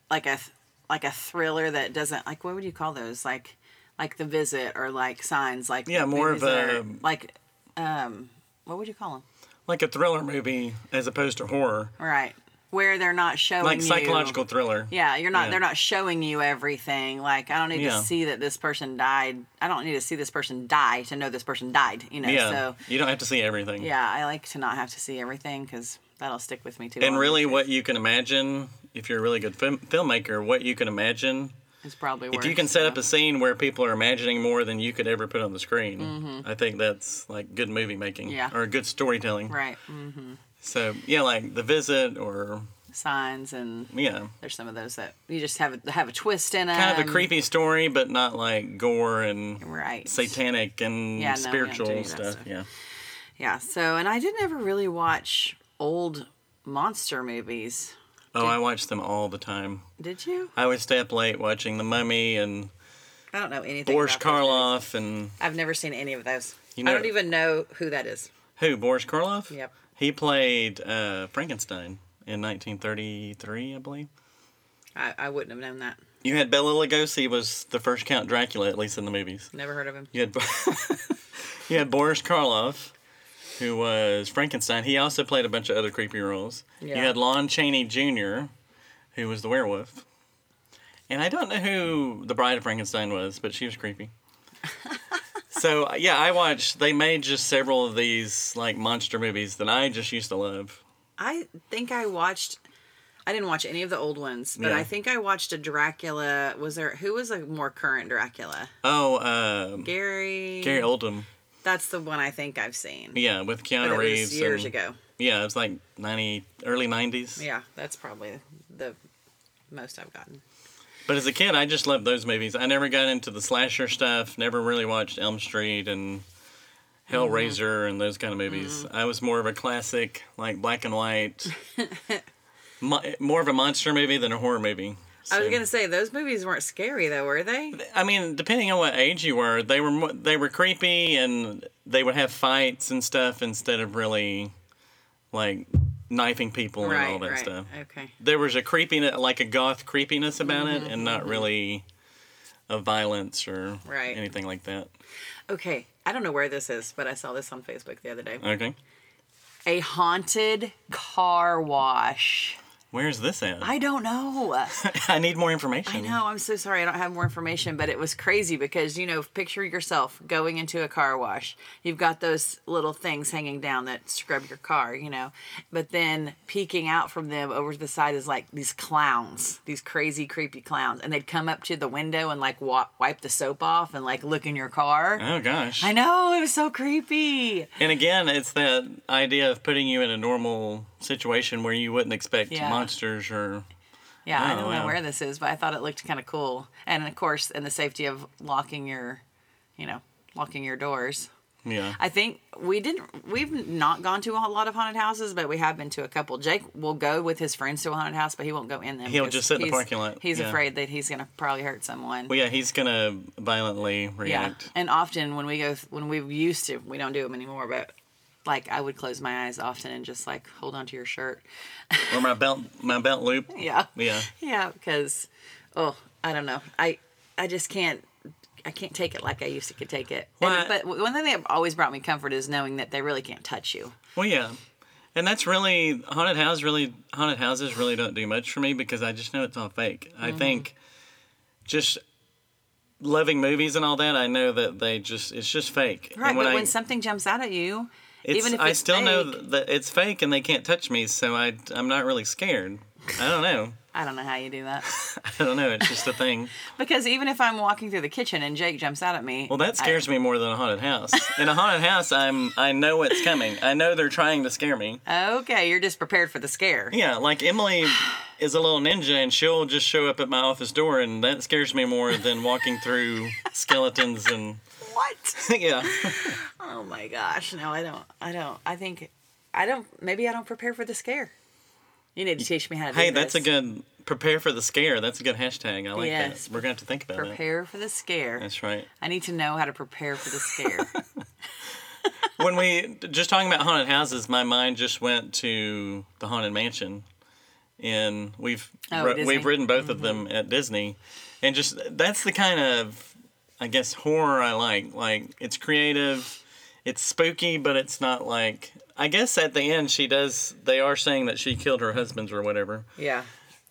[SPEAKER 1] like a th- like a thriller that doesn't like what would you call those like like The Visit or like Signs like
[SPEAKER 2] Yeah, more of
[SPEAKER 1] movies that
[SPEAKER 2] a-
[SPEAKER 1] like um what would you call them?
[SPEAKER 2] like a thriller movie as opposed to horror,
[SPEAKER 1] Right. Where they're not showing
[SPEAKER 2] like
[SPEAKER 1] you-
[SPEAKER 2] psychological thriller.
[SPEAKER 1] Yeah, you're not.
[SPEAKER 2] Yeah.
[SPEAKER 1] They're not showing you everything. Like I don't need
[SPEAKER 2] Yeah.
[SPEAKER 1] to see that this person died. I don't need to see this person die to know this person died. You know.
[SPEAKER 2] yeah.
[SPEAKER 1] So
[SPEAKER 2] you don't have to see everything.
[SPEAKER 1] yeah, I like to not have to see everything because that'll stick with me too.
[SPEAKER 2] and
[SPEAKER 1] long.
[SPEAKER 2] really, what you can imagine if you're a really good film- filmmaker, what you can imagine.
[SPEAKER 1] It's probably worse.
[SPEAKER 2] If you can set up a scene where people are imagining more than you could ever put on the screen, I think that's like good movie making
[SPEAKER 1] Mm-hmm. Yeah.
[SPEAKER 2] or good storytelling.
[SPEAKER 1] right mm,
[SPEAKER 2] So yeah, like the visit, or
[SPEAKER 1] signs, and
[SPEAKER 2] yeah,
[SPEAKER 1] there's some of those that you just have a, have a twist in it.
[SPEAKER 2] kind of a creepy story, but not like gore and
[SPEAKER 1] Right.
[SPEAKER 2] satanic and
[SPEAKER 1] Yeah, no, we don't do
[SPEAKER 2] spiritual
[SPEAKER 1] any of that
[SPEAKER 2] stuff.
[SPEAKER 1] stuff.
[SPEAKER 2] Yeah,
[SPEAKER 1] Yeah. So, and I didn't ever really watch old monster movies.
[SPEAKER 2] oh, I watched them all the time.
[SPEAKER 1] Did you?
[SPEAKER 2] I would stay up late watching The Mummy and
[SPEAKER 1] I don't know anything.
[SPEAKER 2] Boris
[SPEAKER 1] about those movies.
[SPEAKER 2] Karloff and
[SPEAKER 1] I've never seen any of those.
[SPEAKER 2] You
[SPEAKER 1] I
[SPEAKER 2] know-
[SPEAKER 1] don't even know who that is.
[SPEAKER 2] who? Boris Karloff.
[SPEAKER 1] Yep.
[SPEAKER 2] He played uh, Frankenstein in 1933, I believe.
[SPEAKER 1] I, I wouldn't have known that.
[SPEAKER 2] You had Bela Lugosi was the first Count Dracula, at least in the movies.
[SPEAKER 1] Never heard of him.
[SPEAKER 2] You had you had Boris Karloff, who was Frankenstein. He also played a bunch of other creepy roles.
[SPEAKER 1] Yeah.
[SPEAKER 2] You had Lon Chaney Jr., who was the werewolf. And I don't know who the Bride of Frankenstein was, but she was creepy. so uh, yeah, I watched. They made just several of these like monster movies that I just used to love.
[SPEAKER 1] I think I watched. I didn't watch any of the old ones, but
[SPEAKER 2] Yeah.
[SPEAKER 1] I think I watched a Dracula. Was there who was a more current Dracula?
[SPEAKER 2] Oh, um
[SPEAKER 1] Gary.
[SPEAKER 2] Gary Oldham.
[SPEAKER 1] That's the one I think I've seen.
[SPEAKER 2] Yeah, with Keanu
[SPEAKER 1] but it
[SPEAKER 2] Reeves.
[SPEAKER 1] was years
[SPEAKER 2] and-
[SPEAKER 1] ago.
[SPEAKER 2] Yeah, it was like ninety, early nineties.
[SPEAKER 1] Yeah, that's probably the most I've gotten.
[SPEAKER 2] But as a kid, I just loved those movies. I never got into the slasher stuff. Never really watched Elm Street and Hellraiser
[SPEAKER 1] Mm-hmm.
[SPEAKER 2] and those kind of movies. I was more of a classic, like black and white, mo- eh, more of a monster movie than a horror movie.
[SPEAKER 1] I was
[SPEAKER 2] So-
[SPEAKER 1] gonna say those movies weren't scary though, were they?
[SPEAKER 2] I mean, depending on what age you were, they were mo- they were creepy and they would have fights and stuff instead of really like knifing people and all that stuff.
[SPEAKER 1] Okay.
[SPEAKER 2] there was a creepiness, like a goth creepiness about
[SPEAKER 1] Mm-hmm.
[SPEAKER 2] it, and not really a violence or
[SPEAKER 1] Right.
[SPEAKER 2] anything like that.
[SPEAKER 1] Okay. I don't know where this is, but I saw this on Facebook the other day.
[SPEAKER 2] Okay,
[SPEAKER 1] A haunted car wash.
[SPEAKER 2] where's this at? I,
[SPEAKER 1] I don't know.
[SPEAKER 2] need more information.
[SPEAKER 1] I know. I'm so sorry. I don't have more information, but it was crazy because, you know, picture yourself going into a car wash. You've got those little things hanging down that scrub your car, you know, but then peeking out from them over to the side is like these clowns, these crazy, creepy clowns. And they'd come up to the window and like wa- wipe the soap off and like look in your car.
[SPEAKER 2] Oh gosh.
[SPEAKER 1] I know. It was so creepy.
[SPEAKER 2] And again, it's that idea of putting you in a normal situation where you wouldn't expect
[SPEAKER 1] Yeah.
[SPEAKER 2] monsters or
[SPEAKER 1] Yeah, I
[SPEAKER 2] Oh,
[SPEAKER 1] don't know
[SPEAKER 2] wow.
[SPEAKER 1] where this is, but I thought it looked kind of cool. And of course, in the safety of locking your, you know, locking your doors.
[SPEAKER 2] Yeah.
[SPEAKER 1] I think we didn't. We've not gone to a lot of haunted houses, but we have been to a couple. Jake will go with his friends to a haunted house, but he won't go in them.
[SPEAKER 2] He'll
[SPEAKER 1] because
[SPEAKER 2] just sit in the
[SPEAKER 1] he's-
[SPEAKER 2] parking lot,
[SPEAKER 1] He's
[SPEAKER 2] yeah.
[SPEAKER 1] afraid that he's going to probably hurt someone.
[SPEAKER 2] Well, yeah, he's gonna violently
[SPEAKER 1] yeah,
[SPEAKER 2] react.
[SPEAKER 1] and often when we go, when we used to, we don't do them anymore. But like, I would close my eyes often and just like hold onto your shirt.
[SPEAKER 2] Or my belt, my belt loop.
[SPEAKER 1] yeah,
[SPEAKER 2] Yeah.
[SPEAKER 1] yeah, because oh, I don't know. I I just can't. I can't take it like I used to could take it. And-
[SPEAKER 2] Well, I-
[SPEAKER 1] but one thing that always brought me comfort is knowing that they really can't touch you.
[SPEAKER 2] Well, yeah, and that's really haunted house. Really, haunted houses really don't do much for me because I just know it's all fake.
[SPEAKER 1] Mm-hmm.
[SPEAKER 2] I think just loving movies and all that, I know that they just it's just fake.
[SPEAKER 1] Right,
[SPEAKER 2] and when
[SPEAKER 1] but
[SPEAKER 2] I,
[SPEAKER 1] when something jumps out at you,
[SPEAKER 2] it's,
[SPEAKER 1] even if it's
[SPEAKER 2] I still know
[SPEAKER 1] fake-
[SPEAKER 2] that it's fake and they can't touch me, so I I'm not really scared. I don't know.
[SPEAKER 1] I don't know how you do that.
[SPEAKER 2] I don't know. It's just a thing.
[SPEAKER 1] Because even if I'm walking through the kitchen and Jake jumps out at me,
[SPEAKER 2] Well, that scares me more than a haunted house. In a haunted house, I'm I know what's coming. I know they're trying to scare me.
[SPEAKER 1] okay, you're just prepared for the scare.
[SPEAKER 2] Yeah, like Emily is a little ninja and she'll just show up at my office door and that scares me more than walking through skeletons and
[SPEAKER 1] What?
[SPEAKER 2] yeah.
[SPEAKER 1] Oh my gosh! No, I don't. I don't. I think I don't. Maybe I don't prepare for the scare. You need to teach me how to. do
[SPEAKER 2] Hey, that's a
[SPEAKER 1] this.
[SPEAKER 2] good prepare for the scare. That's a good hashtag. I like
[SPEAKER 1] Yes.
[SPEAKER 2] that. We're going to have to think about that.
[SPEAKER 1] prepare for the scare.
[SPEAKER 2] That's right.
[SPEAKER 1] I need to know how to prepare for the scare.
[SPEAKER 2] when we just talking about haunted houses, my mind just went to the haunted mansion, and we've
[SPEAKER 1] Oh,
[SPEAKER 2] ri-
[SPEAKER 1] Disney. Mm-hmm.
[SPEAKER 2] we've ridden both of them at Disney, and just that's the kind of I guess horror I like. Like it's creative, it's spooky, but it's not like I guess at the end she does. They are saying that she killed her husband's or whatever,
[SPEAKER 1] yeah,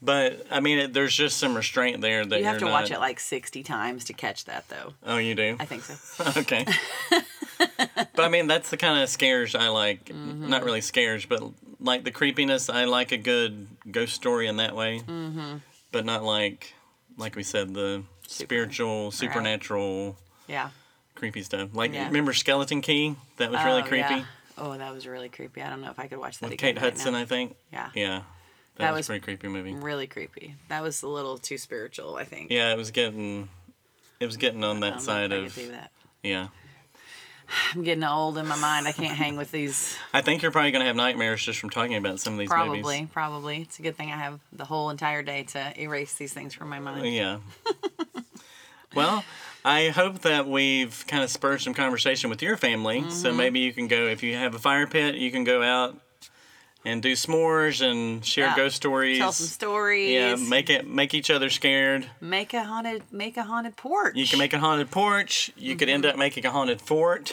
[SPEAKER 2] but I mean it, there's just some restraint there that
[SPEAKER 1] you have to
[SPEAKER 2] you're
[SPEAKER 1] watch
[SPEAKER 2] not-
[SPEAKER 1] it like sixty times to catch that, though.
[SPEAKER 2] oh, you do.
[SPEAKER 1] I think so.
[SPEAKER 2] Okay. but I mean, that's the kind of scares I like.
[SPEAKER 1] Mm-hmm.
[SPEAKER 2] Not really scares, but like the creepiness. I like a good ghost story in that way. Mm-hmm. But not like, like we said, the spiritual, supernatural,
[SPEAKER 1] Yeah.
[SPEAKER 2] creepy stuff. Like,
[SPEAKER 1] Yeah.
[SPEAKER 2] remember Skeleton Key? That was really
[SPEAKER 1] Oh,
[SPEAKER 2] creepy.
[SPEAKER 1] yeah. Oh, that was really creepy. I don't know if I could watch that
[SPEAKER 2] With
[SPEAKER 1] again.
[SPEAKER 2] Kate
[SPEAKER 1] right now.
[SPEAKER 2] Hudson, I think.
[SPEAKER 1] Yeah.
[SPEAKER 2] Yeah. That,
[SPEAKER 1] That
[SPEAKER 2] was,
[SPEAKER 1] was-
[SPEAKER 2] a pretty creepy movie.
[SPEAKER 1] Really creepy. That was a little too spiritual, I think.
[SPEAKER 2] Yeah, it was getting, it was getting on
[SPEAKER 1] I
[SPEAKER 2] that
[SPEAKER 1] don't know if
[SPEAKER 2] side
[SPEAKER 1] I could
[SPEAKER 2] of,
[SPEAKER 1] do that.
[SPEAKER 2] yeah.
[SPEAKER 1] I'm getting old in my mind. I can't hang with these.
[SPEAKER 2] I think you're probably gonna have nightmares just from talking about some of these
[SPEAKER 1] Probably,
[SPEAKER 2] movies.
[SPEAKER 1] probably. It's a good thing I have the whole entire day to erase these things from my mind.
[SPEAKER 2] Yeah. well, I hope that we've kind of spurred some conversation with your family.
[SPEAKER 1] Mm-hmm.
[SPEAKER 2] So maybe you can go, if you have a fire pit, you can go out and do s'mores and share
[SPEAKER 1] Yeah.
[SPEAKER 2] ghost stories.
[SPEAKER 1] Tell some stories.
[SPEAKER 2] Yeah, make it make each other scared.
[SPEAKER 1] Make a haunted, make a haunted porch.
[SPEAKER 2] You can make a haunted porch. You could end up making a haunted fort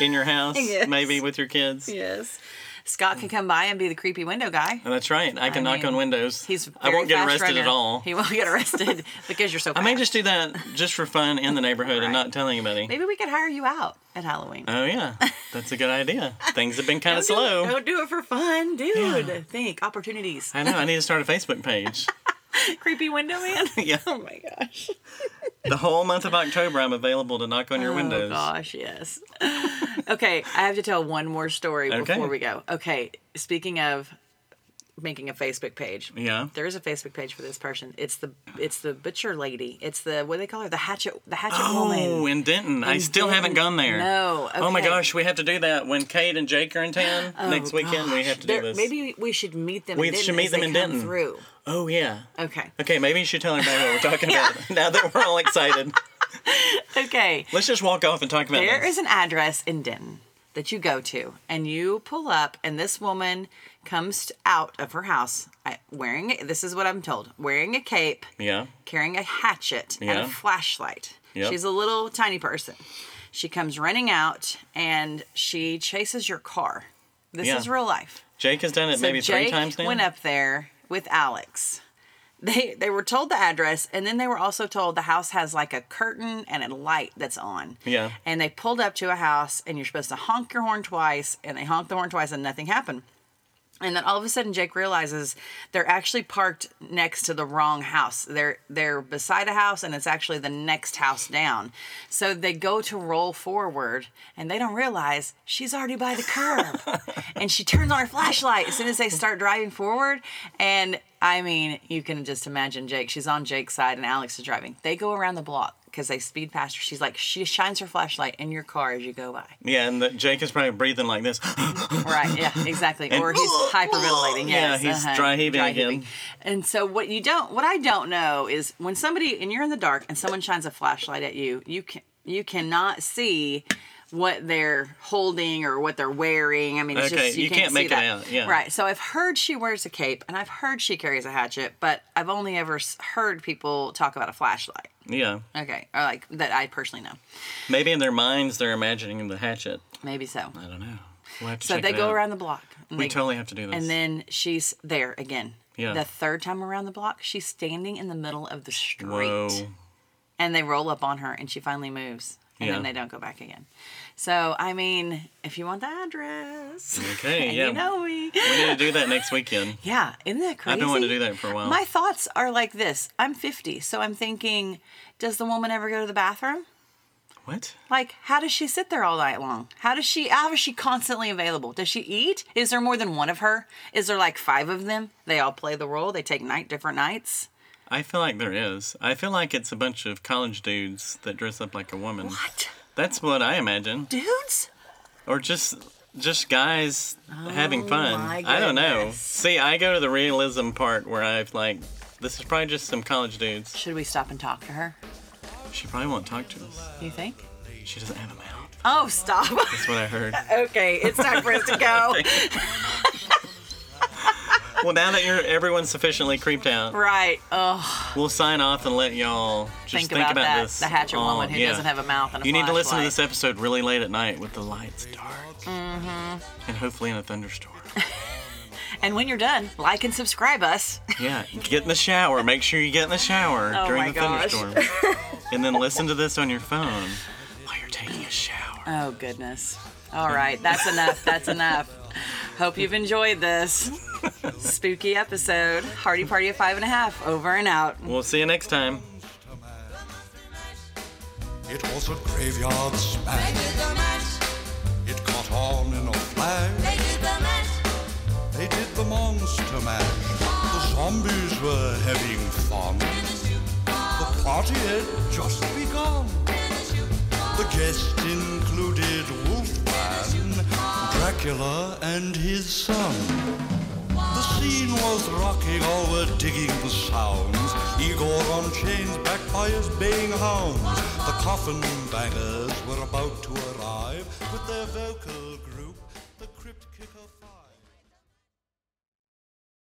[SPEAKER 2] in your house,
[SPEAKER 1] Mm-hmm. Yes.
[SPEAKER 2] maybe with your kids.
[SPEAKER 1] Yes. Scott can come by and be the creepy window guy.
[SPEAKER 2] And that's right. I can knock
[SPEAKER 1] mean,
[SPEAKER 2] on windows.
[SPEAKER 1] He's
[SPEAKER 2] I
[SPEAKER 1] very
[SPEAKER 2] won't get
[SPEAKER 1] fast
[SPEAKER 2] arrested
[SPEAKER 1] runner.
[SPEAKER 2] at all.
[SPEAKER 1] He won't get arrested because you're so.
[SPEAKER 2] I
[SPEAKER 1] Fast.
[SPEAKER 2] may just do that just for fun in the neighborhood
[SPEAKER 1] Right.
[SPEAKER 2] and not tell anybody.
[SPEAKER 1] Maybe we could hire you out at Halloween.
[SPEAKER 2] Oh yeah, that's a good idea. Things have been kind of
[SPEAKER 1] Don't do it-
[SPEAKER 2] slow.
[SPEAKER 1] Don't do it for fun, dude. Think opportunities.
[SPEAKER 2] I know. I need to start a Facebook page.
[SPEAKER 1] Creepy window man.
[SPEAKER 2] yeah.
[SPEAKER 1] oh my gosh.
[SPEAKER 2] The whole month of October, I'm available to knock on your windows.
[SPEAKER 1] Oh gosh, yes. okay, I have to tell one more story
[SPEAKER 2] Okay.
[SPEAKER 1] before we go. Okay, speaking of making a Facebook page.
[SPEAKER 2] Yeah.
[SPEAKER 1] There is a Facebook page for this person. It's the it's the butcher lady. It's the what do they call her? The hatchet the hatchet
[SPEAKER 2] Oh,
[SPEAKER 1] woman.
[SPEAKER 2] in Denton. I
[SPEAKER 1] In
[SPEAKER 2] still haven't
[SPEAKER 1] Denton.
[SPEAKER 2] gone there.
[SPEAKER 1] No,
[SPEAKER 2] Oh my
[SPEAKER 1] okay. Oh,
[SPEAKER 2] gosh, we have to do that when Kate and Jake are in town next weekend. We have to
[SPEAKER 1] There-
[SPEAKER 2] do this.
[SPEAKER 1] Maybe we should meet them.
[SPEAKER 2] We
[SPEAKER 1] in Denton
[SPEAKER 2] should meet
[SPEAKER 1] as they
[SPEAKER 2] them in
[SPEAKER 1] come
[SPEAKER 2] Denton.
[SPEAKER 1] Through.
[SPEAKER 2] Oh yeah.
[SPEAKER 1] Okay.
[SPEAKER 2] Okay, maybe you should tell everybody what we're talking about now that we're all excited.
[SPEAKER 1] Okay.
[SPEAKER 2] Let's just walk off and talk about
[SPEAKER 1] There
[SPEAKER 2] this.
[SPEAKER 1] is an address in Denton that you go to, and you pull up, and this woman comes out of her house uh, wearing this is what I'm told wearing a cape,
[SPEAKER 2] yeah.
[SPEAKER 1] carrying a hatchet and
[SPEAKER 2] Yeah.
[SPEAKER 1] a flashlight.
[SPEAKER 2] Yep.
[SPEAKER 1] She's a little tiny person. She comes running out and she chases your car. This
[SPEAKER 2] Yeah.
[SPEAKER 1] is real life.
[SPEAKER 2] Jake has done it
[SPEAKER 1] So
[SPEAKER 2] maybe three
[SPEAKER 1] Jake
[SPEAKER 2] times now.
[SPEAKER 1] Went up there with Alex. They they were told the address, and then they were also told the house has like a curtain and a light that's on.
[SPEAKER 2] Yeah.
[SPEAKER 1] And they pulled up to a house, and you're supposed to honk your horn twice, and they honked the horn twice, and nothing happened. And then all of a sudden, Jake realizes they're actually parked next to the wrong house. They're they're beside a house, and it's actually the next house down. So they go to roll forward, and they don't realize she's already by the curb. and she turns on her flashlight as soon as they start driving forward. And I mean, you can just imagine Jake. She's on Jake's side, and Alex is driving. They go around the block. because they speed past her. She's like, she shines her flashlight in your car as you go by.
[SPEAKER 2] Yeah, and the, Jake is probably breathing like this.
[SPEAKER 1] Right. Yeah. Exactly. or he's hyperventilating.
[SPEAKER 2] Yeah,
[SPEAKER 1] Yes, uh-huh.
[SPEAKER 2] he's dry heaving again.
[SPEAKER 1] And so what you don't, what I don't know is when somebody and you're in the dark and someone shines a flashlight at you, you can you cannot see what they're holding or what they're wearing. I mean, it's
[SPEAKER 2] Okay,
[SPEAKER 1] just you,
[SPEAKER 2] you
[SPEAKER 1] can't,
[SPEAKER 2] can't make
[SPEAKER 1] see
[SPEAKER 2] it
[SPEAKER 1] that.
[SPEAKER 2] out, yeah.
[SPEAKER 1] Right. So I've heard she wears a cape and I've heard she carries a hatchet, but I've only ever s- heard people talk about a flashlight.
[SPEAKER 2] yeah,
[SPEAKER 1] Okay, or like that I personally know.
[SPEAKER 2] maybe in their minds they're imagining the hatchet.
[SPEAKER 1] Maybe so.
[SPEAKER 2] I don't know. We'll have to
[SPEAKER 1] So
[SPEAKER 2] check
[SPEAKER 1] they
[SPEAKER 2] it
[SPEAKER 1] go
[SPEAKER 2] out.
[SPEAKER 1] around the block. and
[SPEAKER 2] We
[SPEAKER 1] they-
[SPEAKER 2] totally have to do this.
[SPEAKER 1] And then she's there again.
[SPEAKER 2] Yeah.
[SPEAKER 1] The third time around the block, she's standing in the middle of the street.
[SPEAKER 2] whoa,
[SPEAKER 1] And they roll up on her and she finally moves. And then
[SPEAKER 2] Yeah.
[SPEAKER 1] they don't go back again. So, I mean, if you want the address,
[SPEAKER 2] okay,
[SPEAKER 1] and
[SPEAKER 2] yeah,
[SPEAKER 1] you know me.
[SPEAKER 2] we need to do that next weekend.
[SPEAKER 1] Yeah, isn't that crazy?
[SPEAKER 2] I've been wanting to do that for a while.
[SPEAKER 1] My thoughts are like this I'm 50, so I'm thinking, does the woman ever go to the bathroom?
[SPEAKER 2] What?
[SPEAKER 1] Like, how does she sit there all night long? How does she? How is she constantly available? Does she eat? Is there more than one of her? Is there like five of them? They all play the role. They take night different nights.
[SPEAKER 2] I feel like there is. I feel like it's a bunch of college dudes that dress up like a woman.
[SPEAKER 1] What
[SPEAKER 2] That's what I imagine.
[SPEAKER 1] dudes?
[SPEAKER 2] Or just just guys having fun.
[SPEAKER 1] Oh my
[SPEAKER 2] I don't know.
[SPEAKER 1] goodness.
[SPEAKER 2] See, I go to the realism part where I've like this is probably just some college dudes.
[SPEAKER 1] Should we stop and talk to her?
[SPEAKER 2] She probably won't talk to us.
[SPEAKER 1] You think?
[SPEAKER 2] She doesn't have a mouth.
[SPEAKER 1] Oh, stop.
[SPEAKER 2] That's what I heard.
[SPEAKER 1] okay, it's time for us to go.
[SPEAKER 2] well, now that you're everyone's sufficiently creeped out,
[SPEAKER 1] right. Oh,
[SPEAKER 2] we'll sign off and let y'all just
[SPEAKER 1] think,
[SPEAKER 2] think,
[SPEAKER 1] about, that.
[SPEAKER 2] this.
[SPEAKER 1] The hatchet
[SPEAKER 2] all-
[SPEAKER 1] woman who
[SPEAKER 2] yeah.
[SPEAKER 1] doesn't have a mouth and a
[SPEAKER 2] You need to listen to
[SPEAKER 1] flashlight.
[SPEAKER 2] this episode really late at night with the lights dark. Mm-hmm. And hopefully in a thunderstorm.
[SPEAKER 1] And when you're done, like and subscribe us.
[SPEAKER 2] yeah, get in the shower. Make sure you get in the shower
[SPEAKER 1] Oh
[SPEAKER 2] during
[SPEAKER 1] my
[SPEAKER 2] the
[SPEAKER 1] gosh.
[SPEAKER 2] thunderstorm. and then listen to this on your phone while you're taking a shower.
[SPEAKER 1] Oh goodness. All right, that's enough. That's enough. Hope you've enjoyed this spooky episode. Hardy Party of Five and a Half, over and out.
[SPEAKER 2] We'll see you next time.
[SPEAKER 3] It was a graveyard
[SPEAKER 4] They
[SPEAKER 3] smash.
[SPEAKER 4] do the mash,
[SPEAKER 3] It caught on in a flash.
[SPEAKER 4] they do the mash,
[SPEAKER 3] They did the monster mash. The zombies were having fun.
[SPEAKER 4] and the shoot
[SPEAKER 3] The
[SPEAKER 4] balls,
[SPEAKER 3] party had just begun.
[SPEAKER 4] and the shoot balls.
[SPEAKER 3] The guests included Wolfman, Dracula, and his son. The scene was rocking, all were digging the sounds. Igor on chains, backed by his baying hounds. The coffin bangers were about to arrive with their vocal group, the Crypt Kicker.